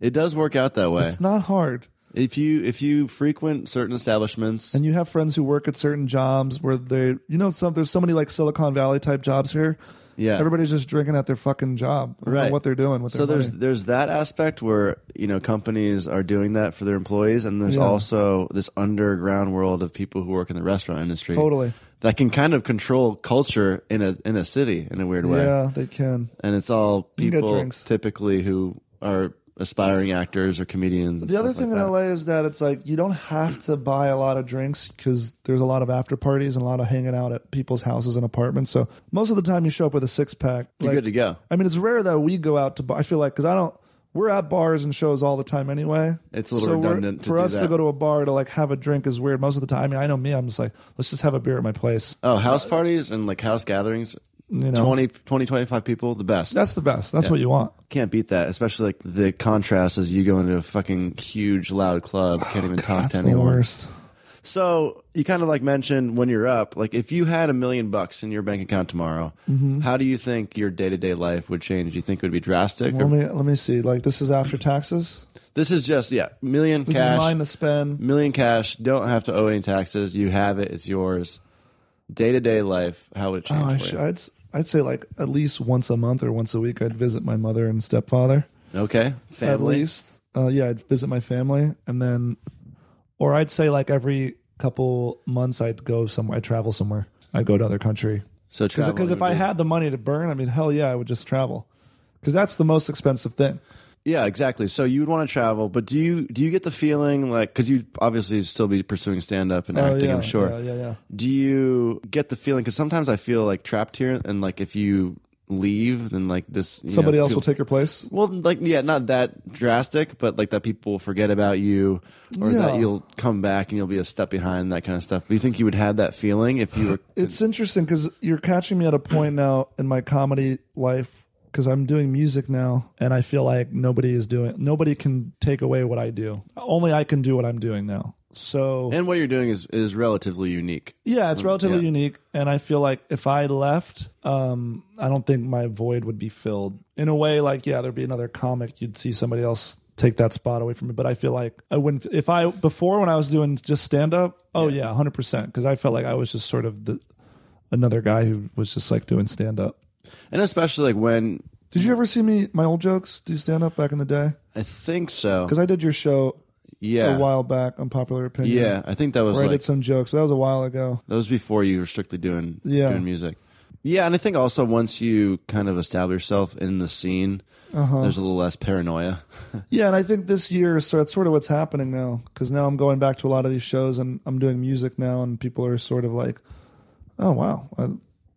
Speaker 3: It does work out that way.
Speaker 4: It's not hard.
Speaker 3: if you if you frequent certain establishments,
Speaker 4: and you have friends who work at certain jobs where they you know some there's so many like silicon valley type jobs here
Speaker 3: Yeah.
Speaker 4: everybody's just drinking at their fucking job I don't know
Speaker 3: Right.
Speaker 4: what they're doing with
Speaker 3: so
Speaker 4: their
Speaker 3: there's
Speaker 4: money.
Speaker 3: there's that aspect where you know companies are doing that for their employees, and there's
Speaker 4: Yeah.
Speaker 3: also this underground world of people who work in the restaurant industry.
Speaker 4: Totally.
Speaker 3: That can kind of control culture in a in a city in a weird way.
Speaker 4: yeah they can
Speaker 3: and it's all
Speaker 4: You can get
Speaker 3: people
Speaker 4: drinks.
Speaker 3: typically who are aspiring actors or comedians. and
Speaker 4: the other
Speaker 3: stuff
Speaker 4: thing
Speaker 3: like
Speaker 4: in
Speaker 3: that.
Speaker 4: la is that it's like you don't have to buy a lot of drinks because there's a lot of after parties and a lot of hanging out at people's houses and apartments so most of the time you show up with a six-pack
Speaker 3: you're
Speaker 4: like-
Speaker 3: good to go.
Speaker 4: i mean it's rare that we go out to bar- i feel like because i don't we're at bars and shows all the time anyway.
Speaker 3: It's a little
Speaker 4: we're-
Speaker 3: redundant to
Speaker 4: for
Speaker 3: do
Speaker 4: us
Speaker 3: that.
Speaker 4: to go to a bar to like have a drink is weird most of the time. I mean, I know me. I'm just like, let's just have a beer at my place.
Speaker 3: Oh, house parties and like house gatherings.
Speaker 4: You know,
Speaker 3: twenty, twenty, twenty-five 20, 25 people, the best.
Speaker 4: That's the best. That's what you want.
Speaker 3: Can't beat that, especially like the contrast as you go into a fucking huge loud club. Can't even talk
Speaker 4: Oh, That's
Speaker 3: to
Speaker 4: the
Speaker 3: anyone.
Speaker 4: worst.
Speaker 3: So you kind of like mentioned when you're up, like if you had a million bucks in your bank account tomorrow,
Speaker 4: Mm-hmm.
Speaker 3: how do you think your day to day life would change? Do you think it would be drastic?
Speaker 4: Let
Speaker 3: Or,
Speaker 4: me let me see. Like this is after taxes.
Speaker 3: this is just yeah, million
Speaker 4: This
Speaker 3: cash,
Speaker 4: is mine to spend.
Speaker 3: million cash. Don't have to owe any taxes. You have it. It's yours. Day to day life, how would it change?
Speaker 4: Oh, I
Speaker 3: for
Speaker 4: sh-
Speaker 3: you?
Speaker 4: I'd s- I'd say like at least once a month or once a week, I'd visit my mother and stepfather.
Speaker 3: Okay, family.
Speaker 4: At least, uh, yeah, I'd visit my family, and then, or I'd say like every couple months, I'd go somewhere. I'd travel somewhere. I'd go to other country.
Speaker 3: So traveling
Speaker 4: because if
Speaker 3: would
Speaker 4: I
Speaker 3: be-
Speaker 4: had the money to burn, I mean, hell yeah, I would just travel. Because that's the most expensive thing.
Speaker 3: Yeah, exactly. So you would want to travel, but do you do you get the feeling like because you obviously still be pursuing stand up and acting?
Speaker 4: Oh, yeah,
Speaker 3: I'm sure.
Speaker 4: Yeah, yeah, yeah.
Speaker 3: Do you get the feeling? Because sometimes I feel like trapped here, and like if you leave, then like this you
Speaker 4: Somebody
Speaker 3: know,
Speaker 4: else will
Speaker 3: people-
Speaker 4: take your place.
Speaker 3: Well, like yeah, not that drastic, but like that people will forget about you, or that
Speaker 4: Yeah.
Speaker 3: you'll come back and you'll be a step behind that kind of stuff. Do you think you would have that feeling if you were?
Speaker 4: It's interesting because you're catching me at a point now in my comedy life because I'm doing music now, and I feel like nobody is doing. Nobody can take away what I do. Only I can do what I'm doing now. So
Speaker 3: and what you're doing is is relatively unique.
Speaker 4: Mm, Yeah, it's relatively
Speaker 3: yeah.
Speaker 4: unique, and I feel like if I left, um, I don't think my void would be filled. In a way, like yeah, there'd be another comic. You'd see somebody else take that spot away from me. But I feel like I wouldn't if I before when I was doing just stand up. Oh yeah, hundred percent. Because I felt like I was just sort of the another guy who was just like doing stand up.
Speaker 3: and especially like when
Speaker 4: Did you ever see me my old jokes? Do stand up back in the day?
Speaker 3: I think so.
Speaker 4: Because I did your show
Speaker 3: Yeah,
Speaker 4: a while back, Unpopular Opinion.
Speaker 3: yeah, I think that was
Speaker 4: Where I
Speaker 3: like
Speaker 4: did some jokes, but that was a while ago.
Speaker 3: That was before you were strictly doing
Speaker 4: Yeah.
Speaker 3: doing music. Yeah, and I think also once you kind of establish yourself in the scene,
Speaker 4: Uh-huh.
Speaker 3: there's a little less paranoia.
Speaker 4: Yeah, and I think this year, so that's sort of what's happening now. Because now I'm going back to a lot of these shows, and I'm doing music now, and people are sort of like, "Oh wow!" I,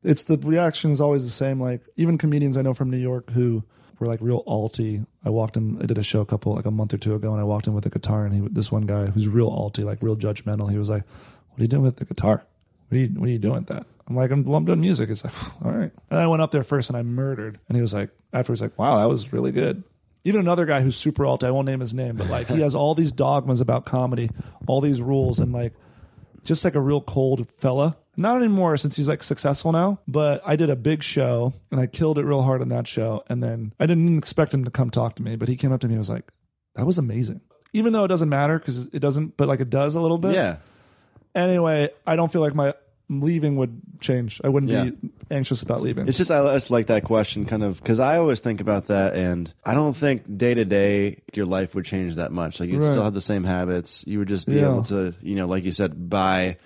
Speaker 4: it's the reaction is always the same. Like even comedians I know from New York who were like real alty. I walked in, I did a show a couple like a month or two ago, and I walked in with a guitar, and he, this one guy who's real alty, like real judgmental, he was like, "What are you doing with the guitar? What are you, what are you doing with that?" I'm like, I'm, well, I'm doing music. He's like, all right. And I went up there first and I murdered. And he was like, afterwards, like, wow, that was really good even another guy who's super alt, I won't name his name, but like he has all these dogmas about comedy, all these rules, and like just like a real cold fella. Not anymore since he's like successful now, but I did a big show and I killed it real hard on that show. And then I didn't expect him to come talk to me, but he came up to me and was like, that was amazing. Even though it doesn't matter because it doesn't, but like it does a little bit
Speaker 3: yeah,
Speaker 4: anyway, I don't feel like my leaving would change. I wouldn't
Speaker 3: Yeah.
Speaker 4: be anxious about leaving.
Speaker 3: it's just I just like that question kind of because I always think about that, and I don't think day to day your life would change that much. Like you'd
Speaker 4: Right.
Speaker 3: still have the same habits. You would just be
Speaker 4: Yeah.
Speaker 3: able to, you know, like you said, buy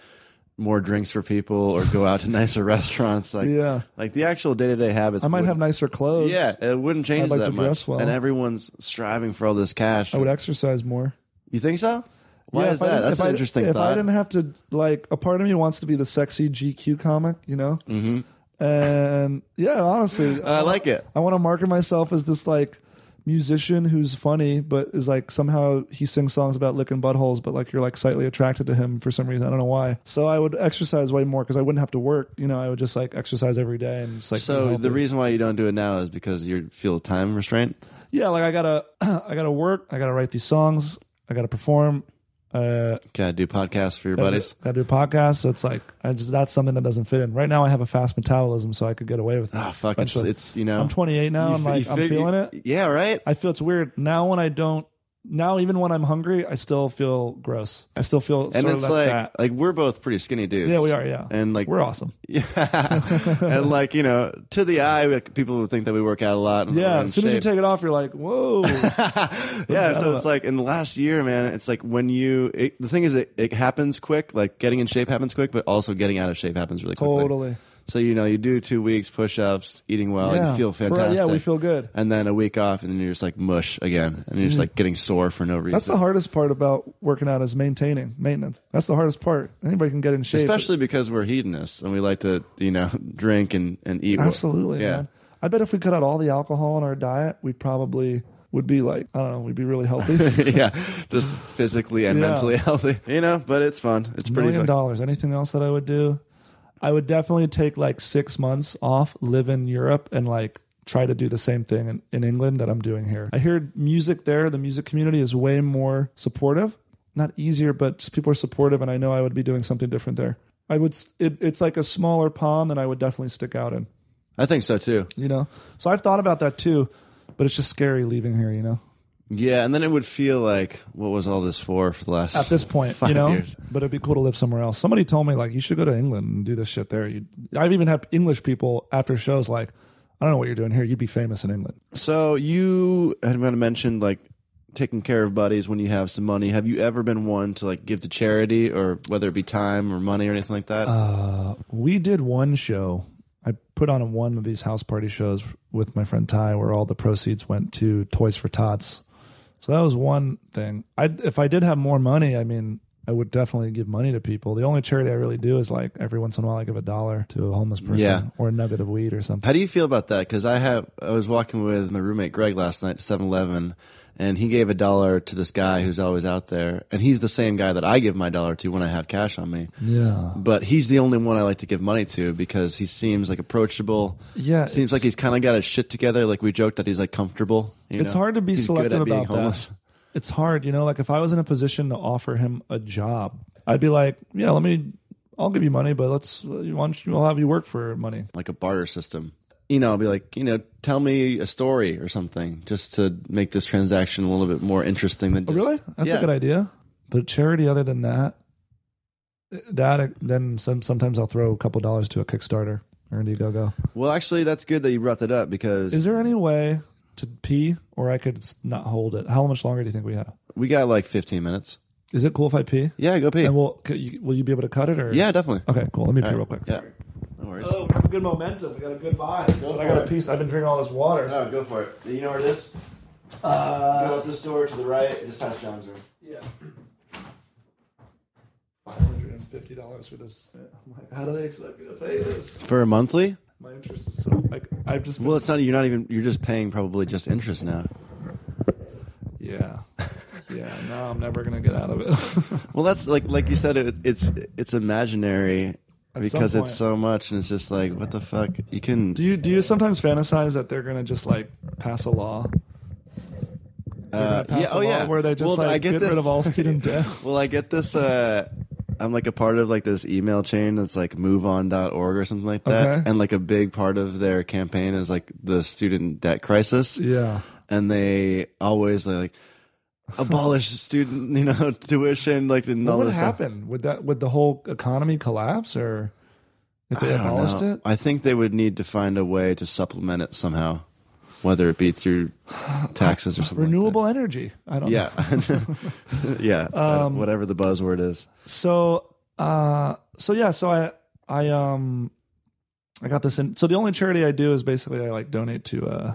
Speaker 3: more drinks for people or go out to nicer restaurants. Like
Speaker 4: Yeah.
Speaker 3: like the actual day to day habits.
Speaker 4: I might
Speaker 3: would-
Speaker 4: have nicer clothes.
Speaker 3: Yeah, it wouldn't change
Speaker 4: I'd like
Speaker 3: that
Speaker 4: to
Speaker 3: much.
Speaker 4: dress well.
Speaker 3: And everyone's striving for all this cash.
Speaker 4: I would exercise more.
Speaker 3: You think so? Why
Speaker 4: Yeah,
Speaker 3: is
Speaker 4: if I
Speaker 3: that?
Speaker 4: didn't-
Speaker 3: That's
Speaker 4: if
Speaker 3: an
Speaker 4: I-
Speaker 3: interesting
Speaker 4: if
Speaker 3: thought.
Speaker 4: I didn't have to, like, a part of me wants to be the sexy GQ comic, you know? Mm-hmm. And yeah, honestly,
Speaker 3: I like it.
Speaker 4: I want to market myself as this like musician who's funny, but is like somehow he sings songs about licking buttholes, but like you're like slightly attracted to him for some reason. I don't know why. So I would exercise way more because I wouldn't have to work. You know, I would just like exercise every day and just like. be
Speaker 3: So
Speaker 4: healthy.
Speaker 3: the reason why you don't do it now is because you feel time restraint.
Speaker 4: yeah, like I gotta, I gotta work. I gotta write these songs. I gotta perform. Uh,
Speaker 3: Gotta do podcasts for your
Speaker 4: gotta
Speaker 3: buddies.
Speaker 4: do- Gotta do podcasts. So it's like I just that's something that doesn't fit in. Right now, I have a fast metabolism, so I could get away with it.
Speaker 3: Ah, fuck. It's,
Speaker 4: Eventually.
Speaker 3: it's you know.
Speaker 4: I'm 28 now.
Speaker 3: you
Speaker 4: I'm
Speaker 3: f-
Speaker 4: like
Speaker 3: you
Speaker 4: I'm
Speaker 3: fig-
Speaker 4: feeling it.
Speaker 3: Yeah, right.
Speaker 4: I feel it's weird now when I don't. Now even when I'm hungry, I still feel gross. I still feel
Speaker 3: And it's
Speaker 4: sort of that
Speaker 3: like
Speaker 4: fat.
Speaker 3: like we're both pretty skinny dudes.
Speaker 4: yeah, we are. Yeah,
Speaker 3: And like
Speaker 4: we're awesome.
Speaker 3: yeah, and like you know, to the eye, like, people would think that we work out a lot. and
Speaker 4: Yeah,
Speaker 3: we're in
Speaker 4: as soon as you
Speaker 3: shape.
Speaker 4: take it off, you're like, whoa.
Speaker 3: yeah,
Speaker 4: I don't
Speaker 3: so it's
Speaker 4: know.
Speaker 3: like in the last year, man. It's like when you. It, the thing is, it, it happens quick. Like getting in shape happens quick, but also getting out of shape happens really quickly.
Speaker 4: totally.
Speaker 3: So you know, you do two weeks push-ups, eating well, and
Speaker 4: Yeah.
Speaker 3: you feel
Speaker 4: For-
Speaker 3: fantastic.
Speaker 4: yeah, we feel good.
Speaker 3: And then a week off, and then you're just like mush again, and you're just like getting sore for no reason.
Speaker 4: That's the hardest part about working out is maintaining maintenance. That's the hardest part. Anybody can get in shape,
Speaker 3: Especially because we're hedonists and we like to, you know, drink and and eat. well.
Speaker 4: Absolutely,
Speaker 3: yeah.
Speaker 4: man. I bet if we cut out all the alcohol in our diet, we probably would be like, I don't know, we'd be really healthy.
Speaker 3: yeah, just physically and
Speaker 4: Yeah.
Speaker 3: mentally healthy, you know. But it's fun. It's pretty
Speaker 4: Million
Speaker 3: fun.
Speaker 4: dollars. Anything else that I would do? I would definitely take like six months off, live in Europe, and like try to do the same thing in, in England that I'm doing here. I hear music there, the music community is way more supportive. Not easier, but just people are supportive, and I know I would be doing something different there. I would. s- It, it's like a smaller pond that I would definitely stick out in.
Speaker 3: I think so too.
Speaker 4: you know so i've thought about that too but it's just scary leaving here you know
Speaker 3: Yeah, and then it would feel like, what was all this for for the last
Speaker 4: at this point
Speaker 3: five
Speaker 4: you know
Speaker 3: years?
Speaker 4: but it'd be cool to live somewhere else somebody told me like you should go to england and do this shit there you, i've even had english people after shows like i don't know what you're doing here you'd be famous in england
Speaker 3: So you had mentioned like taking care of buddies when you have some money. Have you ever been one to like give to charity or whether it be time or money or anything like that?
Speaker 4: Uh, we did one show i put on one of these house party shows with my friend ty where all the proceeds went to toys for tots so that was one thing i if i did have more money i mean I would definitely give money to people. The only charity I really do is like every once in a while I give a dollar to a homeless person
Speaker 3: Yeah.
Speaker 4: or a nugget of weed or something.
Speaker 3: How do you feel about that? Because I have I was walking with my roommate Greg last night to 7-Eleven, and he gave a dollar to this guy who's always out there, and he's the same guy that I give my dollar to when I have cash on me.
Speaker 4: Yeah.
Speaker 3: But he's the only one I like to give money to because he seems like approachable.
Speaker 4: Yeah,
Speaker 3: seems
Speaker 4: it's-
Speaker 3: like he's kind of got his shit together. Like we joked that he's like comfortable. you
Speaker 4: It's
Speaker 3: know?
Speaker 4: hard to be
Speaker 3: He's good
Speaker 4: selective
Speaker 3: at being
Speaker 4: about
Speaker 3: homeless.
Speaker 4: that. It's hard, you know, like if I was in a position to offer him a job, I'd be like, yeah, let me I'll give you money, but let's why don't you, I'll have you work for money.
Speaker 3: like a barter system. you know, I'll be like, you know, tell me a story or something just to make this transaction a little bit more interesting than
Speaker 4: Oh,
Speaker 3: just.
Speaker 4: really? That's
Speaker 3: Yeah.
Speaker 4: a good idea. But charity, other than that, that then some, sometimes I'll throw a couple dollars to a Kickstarter or Indiegogo.
Speaker 3: Well, actually, that's good that you brought that up because
Speaker 4: Is there any way to pee, or I could s- not hold it? How much longer do you think we have?
Speaker 3: we got like 15 minutes.
Speaker 4: Is it cool if I pee?
Speaker 3: Yeah, go pee.
Speaker 4: And will c- you- will you be able to cut it? Or
Speaker 3: yeah, definitely.
Speaker 4: Okay, cool. Let me pee real quick.
Speaker 3: Yeah. No worries.
Speaker 4: Oh, we have good momentum. We got a good vibe.
Speaker 3: Go
Speaker 4: But
Speaker 3: for
Speaker 4: I got a
Speaker 3: it.
Speaker 4: piece. I've been drinking all this water.
Speaker 3: No, go for it. You know where it is? Uh, go out this door to the right, just past John's room.
Speaker 4: Yeah. Five hundred and fifty dollars for this. I'm like, how do they expect me to pay this?
Speaker 3: For a monthly?
Speaker 4: My interest is so like I've just been,
Speaker 3: Well, it's not. You're not even. You're just paying probably just interest now.
Speaker 4: yeah, yeah. No, I'm never gonna get out of it.
Speaker 3: Well, that's like like you said. It, it's it's imaginary
Speaker 4: some
Speaker 3: because
Speaker 4: point.
Speaker 3: it's so much, and it's just like what the fuck. You can.
Speaker 4: do you do you sometimes fantasize that they're gonna just like pass a law?
Speaker 3: uh,
Speaker 4: pass a law where they just
Speaker 3: I
Speaker 4: like get, rid of all student debt?
Speaker 3: Well, I get this. Uh, I'm like a part of like this email chain that's like moveon.org or something like that,
Speaker 4: Okay.
Speaker 3: and like a big part of their campaign is like the student debt crisis.
Speaker 4: yeah.
Speaker 3: and they always like abolish student you know tuition like and all
Speaker 4: What would
Speaker 3: this stuff.
Speaker 4: happen? Would that would the whole economy collapse or if
Speaker 3: I
Speaker 4: they
Speaker 3: don't
Speaker 4: abolished
Speaker 3: know.
Speaker 4: it?
Speaker 3: I think they would need to find a way to supplement it somehow, whether it be through taxes or something. like that.
Speaker 4: Renewable energy. I don't know.
Speaker 3: Yeah, yeah. I don't- whatever the buzzword is.
Speaker 4: So uh so yeah, so I I um I got this in so the only charity I do is basically I like donate to uh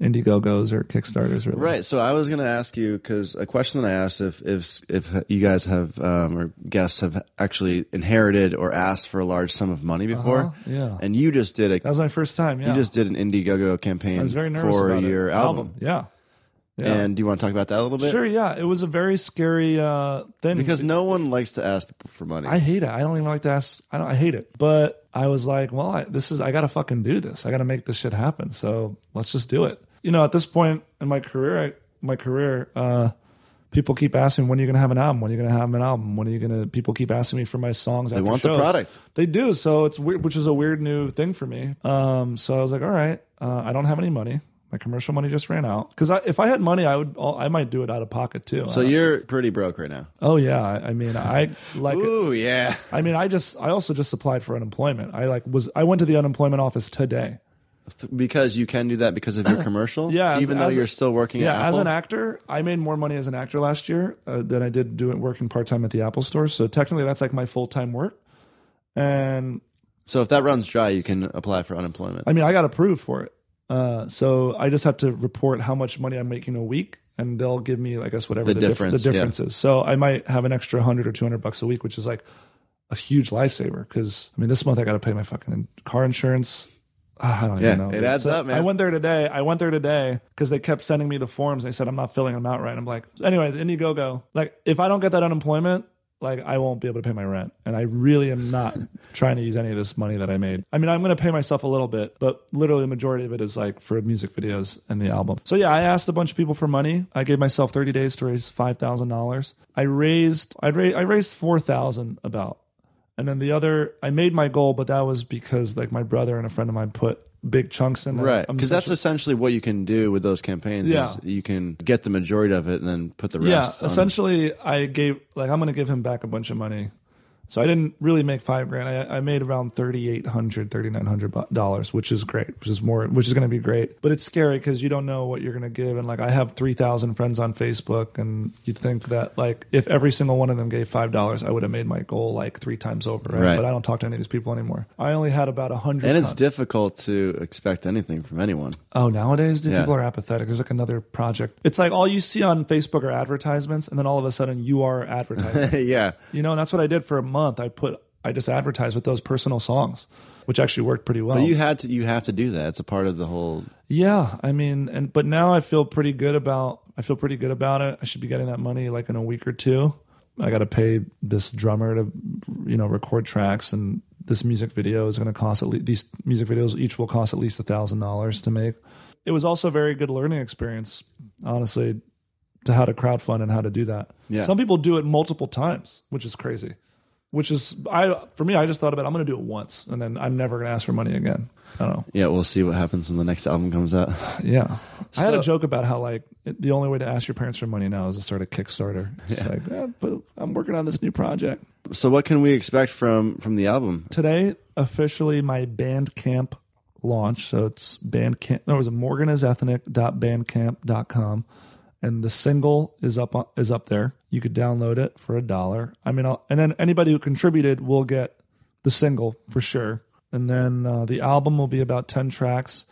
Speaker 4: Indiegogos or Kickstarters really.
Speaker 3: Right. So I was going to ask you because a question that I asked if if if you guys have um, or guests have actually inherited or asked for a large sum of money before,
Speaker 4: Uh-huh, yeah.
Speaker 3: and you just did a
Speaker 4: That was my first time, yeah.
Speaker 3: you just did an Indiegogo campaign
Speaker 4: I was very nervous
Speaker 3: for
Speaker 4: about it.
Speaker 3: your album.
Speaker 4: Yeah. Yeah.
Speaker 3: And do you want to talk about that a little bit?
Speaker 4: sure, yeah. It was a very scary uh thing
Speaker 3: Because no one likes to ask people for money.
Speaker 4: I hate it. I don't even like to ask. I don't. I hate it. But I was like, well, I, this is. I gotta fucking do this. I gotta make this shit happen. So let's just do it. You know, at this point in my career, I, my career, uh, people keep asking when are you gonna have an album? When are you gonna have an album? When are you gonna? People keep asking me for my songs. They
Speaker 3: want the product.
Speaker 4: They do. So it's weird, which is a weird new thing for me. Um, so I was like, all right, uh, I don't have any money. My commercial money just ran out. Because I, if I had money, I would. I might do it out of pocket too.
Speaker 3: so you're pretty broke right now.
Speaker 4: oh yeah. I, I mean, I like.
Speaker 3: Ooh, yeah.
Speaker 4: I mean, I just I also just applied for unemployment. I like was I went to the unemployment office today.
Speaker 3: Because you can do that because of your commercial.
Speaker 4: Yeah, as-
Speaker 3: Even though
Speaker 4: as a-
Speaker 3: you're still working
Speaker 4: Yeah,
Speaker 3: at Apple.
Speaker 4: as an actor, I made more money as an actor last year uh, than I did doing working part time at the Apple store. So technically, that's like my full time work. And
Speaker 3: so if that runs dry, you can apply for unemployment.
Speaker 4: I mean, I got approved for it. Uh, so I just have to report how much money I'm making a week, and they'll give me, I guess, whatever
Speaker 3: The
Speaker 4: the, diff-
Speaker 3: difference,
Speaker 4: the
Speaker 3: yeah.
Speaker 4: difference is. So I might have an extra hundred or two hundred bucks a week, which is like a huge lifesaver. Because I mean, this month I got to pay my fucking car insurance. Ah, I don't
Speaker 3: Yeah,
Speaker 4: even know.
Speaker 3: it
Speaker 4: dude.
Speaker 3: adds
Speaker 4: So
Speaker 3: up, man.
Speaker 4: I went there today. I went there today because they kept sending me the forms. They said I'm not filling them out right. I'm like, anyway, the Indiegogo. Like, if I don't get that unemployment, like I won't be able to pay my rent. And I really am not trying to use any of this money that I made. I mean, I'm going to pay myself a little bit, but literally the majority of it is like for music videos and the album. So yeah, I asked a bunch of people for money. I gave myself 30 days to raise five thousand dollars. I raised, I raised, I raised four thousand about. And then the other, I made my goal, but that was because like my brother and a friend of mine put big chunks in there.
Speaker 3: right.
Speaker 4: I'm
Speaker 3: Because that's essentially what you can do with those campaigns.
Speaker 4: Yeah.
Speaker 3: Is you can get the majority of it and then put the
Speaker 4: yeah.
Speaker 3: rest. on-
Speaker 4: Essentially, I gave like I'm going to give him back a bunch of money. So I didn't really make five grand. I, I made around thirty eight hundred, thirty nine hundred dollars, which is great, which is more, which is going to be great. But it's scary because you don't know what you're going to give. And like I have three thousand friends on Facebook, and you'd think that like if every single one of them gave five dollars, I would have made my goal like three times over. Right?
Speaker 3: Right.
Speaker 4: But I don't talk to any of these people anymore. I only had about a hundred.
Speaker 3: and it's difficult to expect anything from anyone.
Speaker 4: Oh, nowadays, dude,
Speaker 3: Yeah.
Speaker 4: people are apathetic. There's like another project. It's like all you see on Facebook are advertisements, and then all of a sudden you are advertising.
Speaker 3: yeah.
Speaker 4: you know, and that's what I did for a month. I put, I just advertised with those personal songs, which actually worked pretty well.
Speaker 3: But you had to. You have to do that. It's a part of the whole.
Speaker 4: yeah, I mean, and but now I feel pretty good about. I feel pretty good about it. I should be getting that money like in a week or two. I got to pay this drummer to, you know, record tracks, and this music video is going to cost at least these music videos each will cost at least a thousand dollars to make. It was also a very good learning experience, honestly, to how to crowdfund and how to do that.
Speaker 3: Yeah.
Speaker 4: Some people do it multiple times, which is crazy. which is I for me. I just thought about I'm going to do it once, and then I'm never going to ask for money again. I don't know.
Speaker 3: Yeah, we'll see what happens when the next album comes out.
Speaker 4: Yeah, I had a
Speaker 3: So-
Speaker 4: joke about how like it- the only way to ask your parents for money now is to start a Kickstarter. It's like, eh, but I'm working on this new project
Speaker 3: so what can we expect from from the album?
Speaker 4: today. Officially, my Bandcamp launch. So it's Bandcamp. There was a morganisethnic.bandcamp.com, and the single is up on, is up there. You could download it for a dollar. I mean, I'll, and then anybody who contributed will get the single for sure, and then uh, the album will be about ten tracks.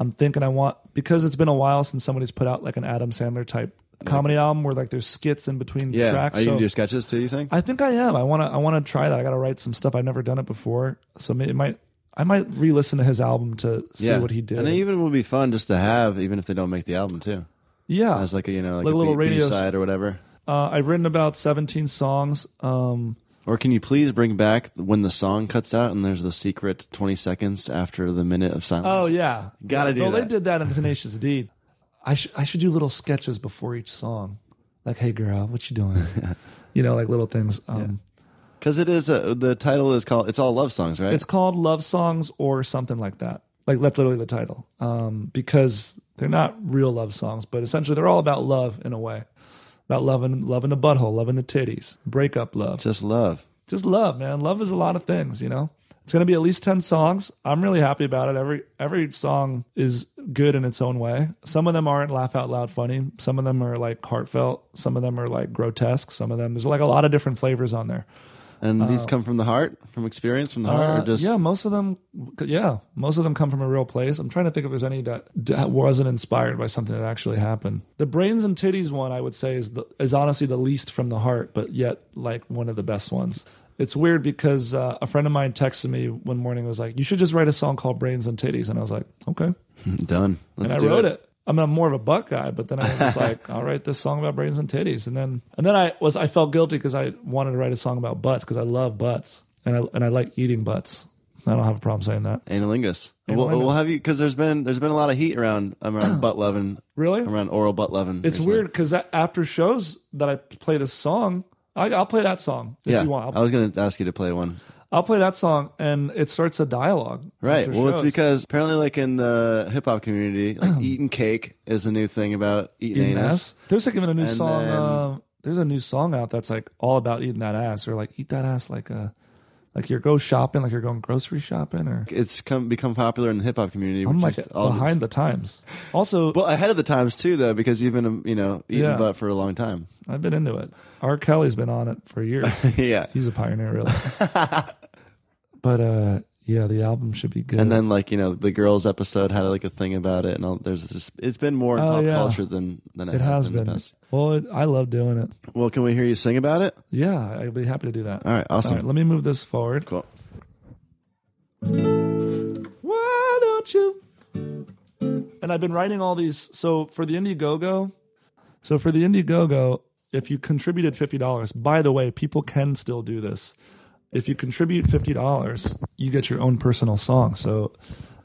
Speaker 4: I'm thinking I want because it's been a while since somebody's put out like an Adam Sandler type comedy album where like there's skits in between
Speaker 3: Yeah,
Speaker 4: tracks.
Speaker 3: are you
Speaker 4: so-
Speaker 3: gonna do sketches too? You think?
Speaker 4: I think I am. I want to. I want to try that. I got to write some stuff. I've never done it before, so may- it might. I might re-listen to his album to see what he did.
Speaker 3: and it even would be fun just to have, even if they don't make the album too,
Speaker 4: yeah,
Speaker 3: as like a you know like,
Speaker 4: Uh, Like
Speaker 3: a
Speaker 4: a little
Speaker 3: B-
Speaker 4: radio s-
Speaker 3: B-side or whatever.
Speaker 4: uh, I've written about 17 songs. Um,
Speaker 3: Or can you please bring back when the song cuts out and there's the secret 20 seconds after the minute of silence?
Speaker 4: oh yeah,
Speaker 3: Gotta do
Speaker 4: Well, they
Speaker 3: that.
Speaker 4: did that in Tenacious D. I should I should do little sketches before each song, like "Hey girl, what you doing?" you know, like little things. Um,
Speaker 3: Because it is a, the title is called, it's all love songs, right?
Speaker 4: It's called Love Songs or something like that. Like that's literally the title. Um, because they're not real love songs, but essentially they're all about love in a way. About loving loving the butthole, loving the titties, breakup love.
Speaker 3: just love.
Speaker 4: Just love, man. Love is a lot of things, you know? It's gonna be at least ten songs. I'm really happy about it. Every every song is good in its own way. Some of them aren't laugh out loud funny. Some of them are like heartfelt. Some of them are like grotesque. Some of them there's like a lot of different flavors on there.
Speaker 3: And these come from the heart, from experience, from the heart,
Speaker 4: Oh. Uh,
Speaker 3: or just
Speaker 4: yeah, most of them. Yeah, most of them come from a real place. I'm trying to think if there's any that d- wasn't inspired by something that actually happened. The brains and titties one, I would say, is the, is honestly the least from the heart, but yet like one of the best ones. It's weird because uh, a friend of mine texted me one morning and was like, "You should just write a song called Brains and Titties," and I was like, "Okay,"
Speaker 3: done. Let's
Speaker 4: and I
Speaker 3: do
Speaker 4: wrote it. I'm not more of a butt guy, but then I was just like, I'll write this song about brains and titties, and then and then I was I felt guilty because I wanted to write a song about butts because I love butts and I and I like eating butts. I don't have a problem saying that.
Speaker 3: Analingus. We'll, we'll have you because there's been there's been a lot of heat around around butt loving,
Speaker 4: Really,
Speaker 3: around oral butt loving.
Speaker 4: it's weird because after shows that I play this song, I, I'll play that song if
Speaker 3: Yeah,
Speaker 4: you want.
Speaker 3: I
Speaker 4: I'll,
Speaker 3: was gonna ask you to play one.
Speaker 4: I'll play that song, and it starts a dialogue.
Speaker 3: Right.
Speaker 4: after
Speaker 3: Well, it's
Speaker 4: shows.
Speaker 3: because apparently, like in the hip hop community, like eating cake is the new thing about eating,
Speaker 4: eating
Speaker 3: anus.
Speaker 4: ass. There's like even a new
Speaker 3: And
Speaker 4: song.
Speaker 3: then-
Speaker 4: um, there's a new song out that's like all about eating that ass, or like eat that ass like a, like you're go shopping, like you're going grocery shopping, or
Speaker 3: It's come become popular in the hip hop community. Which
Speaker 4: I'm like
Speaker 3: is all
Speaker 4: behind the times. Also,
Speaker 3: Well, ahead of the times too, though, because you've been um, you know eating
Speaker 4: Yeah.
Speaker 3: butt for a long time.
Speaker 4: I've been into it. R. Kelly's been on it for years.
Speaker 3: yeah.
Speaker 4: He's a pioneer, really. but uh, yeah, the album should be good.
Speaker 3: And then like you know the girls episode had like a thing about it, and all, there's just it's been more in
Speaker 4: Oh,
Speaker 3: pop
Speaker 4: yeah.
Speaker 3: culture than than it,
Speaker 4: it has
Speaker 3: in the
Speaker 4: been.
Speaker 3: past.
Speaker 4: Well, it, I love doing it.
Speaker 3: Well, can we hear you sing about it?
Speaker 4: Yeah, I'd be happy to do that.
Speaker 3: All right, awesome.
Speaker 4: All right, let me move this forward.
Speaker 3: Cool.
Speaker 4: Why don't you? And I've been writing all these. So for the Indiegogo, so for the Indiegogo, if you contributed fifty dollars, by the way, people can still do this. If you contribute fifty dollars, you get your own personal song. So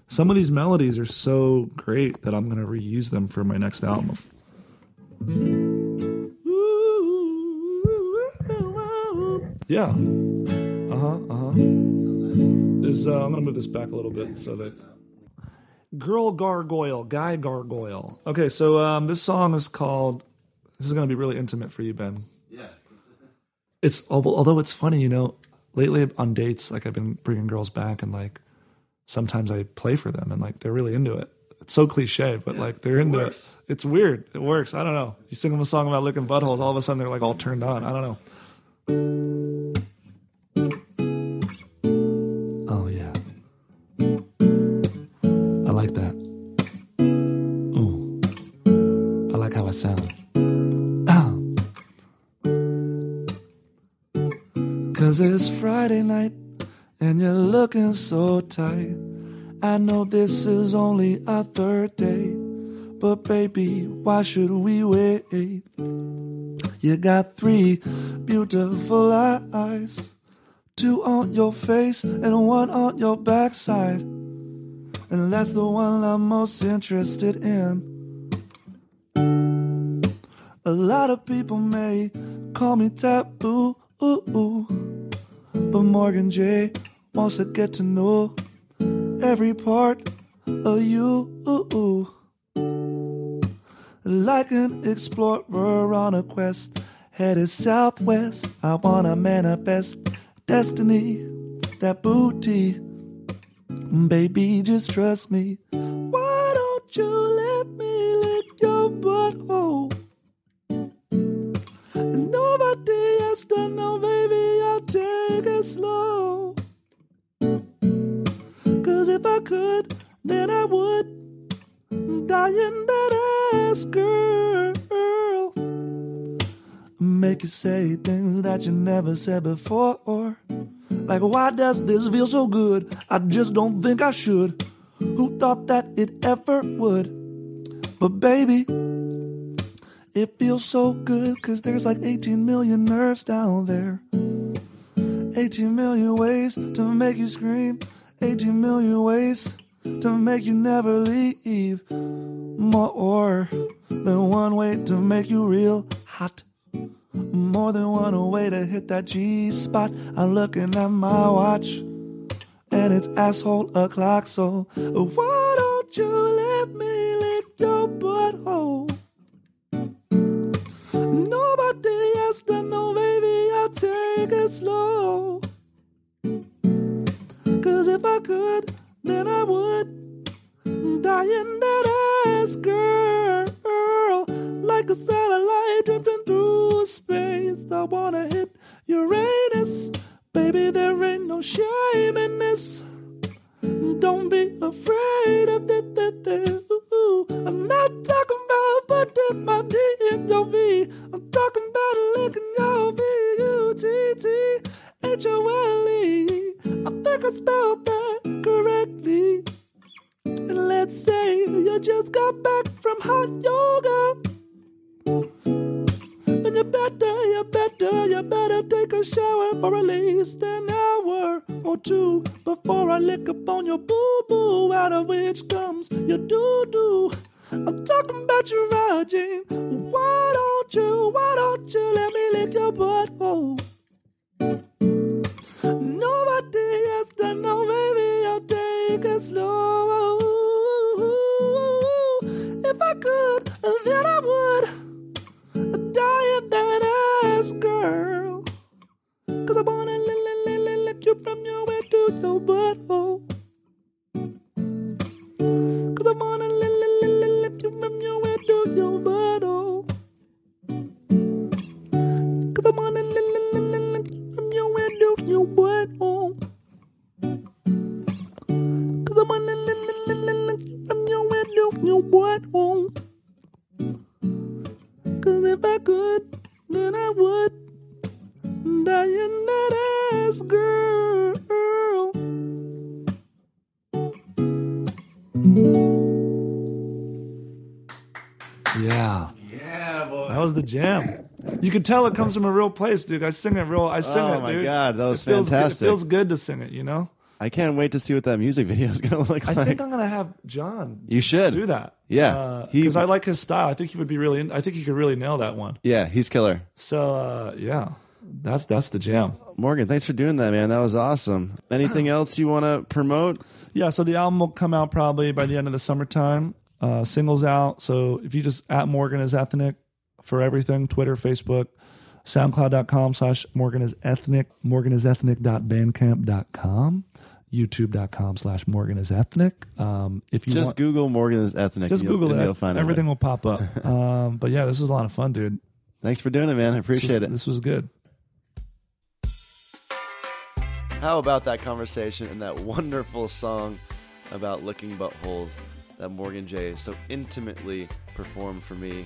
Speaker 4: some of these melodies are so great that I'm going to reuse them for my next album. Yeah. Uh huh. Uh huh is uh, I'm gonna move this back a little bit so that girl gargoyle, guy gargoyle. Okay, so um, this song is called. This is gonna be really intimate for you, Ben. Yeah. It's al- although it's funny, you know. Lately on dates, like I've been bringing girls back, and like sometimes I play for them, and like they're really into it. It's so cliche, but like they're into it. It's weird. It works. I don't know. You sing them a song about licking buttholes, all of a sudden they're like all turned on. I don't know. Oh yeah. I like that. Ooh. I like how I sound. Ah. Cause it's Friday night and you're looking so tight. I know this is only our third date, but baby, why should we wait? You got three beautiful eyes two on your face and one on your backside. And that's the one I'm most interested in. A lot of people may call me taboo, But Morgan J wants to get to know every part of you. Like an explorer on a quest, headed southwest. I wanna manifest destiny, that booty. Baby, just trust me. Why don't you let me lick your butthole? And nobody has to know, baby, I'll take it slow. Cause if I could, then I would die in that ass, girl. Make you say things that you never said before. Like, why does this feel so good? I just don't think I should. Who thought that it ever would? But baby, it feels so good, cause there's like 18 million nerves down there. 18 million ways to make you scream. 18 million ways to make you never leave. More than one way to make you real hot. More than one way to hit that G spot. I'm looking at my watch, and it's asshole o'clock. So why don't you let me lick your butthole? Nobody has to know, baby. I'll take it slow. Cause if I could, then I would die in that ass, girl. Like a satellite drifting through space. I wanna hit Uranus. Baby, there ain't no shame in this. Don't be afraid of the, the, the ooh. I'm not talking about putting my D in your V. I'm talking about licking your V U T T H O L E. I think I spelled that correctly. And let's say you just got back from hot yoga. And you better, you better, you better take a shower for at least an hour or two before I lick upon your boo boo, out of which comes your doo doo. I'm talking about your virgin. Why don't you, why don't you let me lick your butthole? Nobody has to know, baby. I'll take it slow. If I could, then I would die in that ass, girl. Cause I wanna li- li- li- li- lick you from your way to your butthole. Cause I wanna li- li- li- li- lick you from your way to your butthole. Cause I wanna li- li- li- li- lick you from your way to your butthole. Cause I wanna li- li- li- li- lick you from your way to your butthole. Cause if I could, then I would die in that ass, girl. Yeah.
Speaker 3: Yeah, boy.
Speaker 4: That was the jam. You could tell it comes from a real place, dude. I sing it real. I sing
Speaker 3: Oh
Speaker 4: it,
Speaker 3: my
Speaker 4: dude.
Speaker 3: God, that was
Speaker 4: it feels
Speaker 3: fantastic.
Speaker 4: Good, it feels good to sing it, you know.
Speaker 3: I can't wait to see what that music video is going to look
Speaker 4: I
Speaker 3: like.
Speaker 4: think I'm gonna have John
Speaker 3: you should
Speaker 4: do that.
Speaker 3: Yeah, he-
Speaker 4: because I like his style. I think he would be really. In, I think he could really nail that one.
Speaker 3: Yeah, he's killer.
Speaker 4: So uh, yeah, that's that's the jam.
Speaker 3: Morgan, thanks for doing that, man. That was awesome. Anything else you want to promote?
Speaker 4: Yeah, so the album will come out probably by the end of the summertime. Uh, singles out. So if you just at Morgan is ethnic for everything, Twitter, Facebook, SoundCloud.com slash Morgan is ethnic, Morgan is ethnic.bandcamp.com, YouTube.com slash Morgan is ethnic. Um, if you
Speaker 3: Just
Speaker 4: want,
Speaker 3: Google Morgan's ethnic.
Speaker 4: just
Speaker 3: and you'll-
Speaker 4: Google
Speaker 3: and
Speaker 4: it.
Speaker 3: You'll find
Speaker 4: Everything
Speaker 3: It.
Speaker 4: will pop up. um, but yeah, this was a lot of fun, dude.
Speaker 3: Thanks for doing it, man. I
Speaker 4: This
Speaker 3: appreciate
Speaker 4: was,
Speaker 3: it.
Speaker 4: This was good.
Speaker 3: How about that conversation and that wonderful song about licking buttholes that Morgan J so intimately performed for me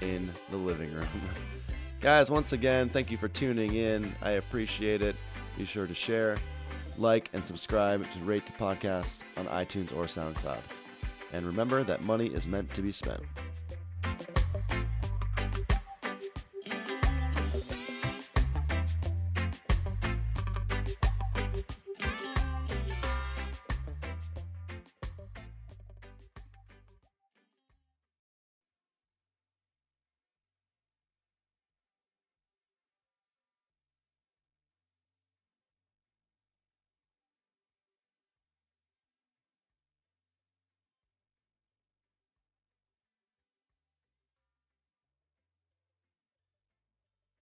Speaker 3: in the living room? Guys, once again, thank you for tuning in. I appreciate it. Be sure to share, like, and subscribe to rate the podcast on iTunes or SoundCloud. And remember that money is meant to be spent.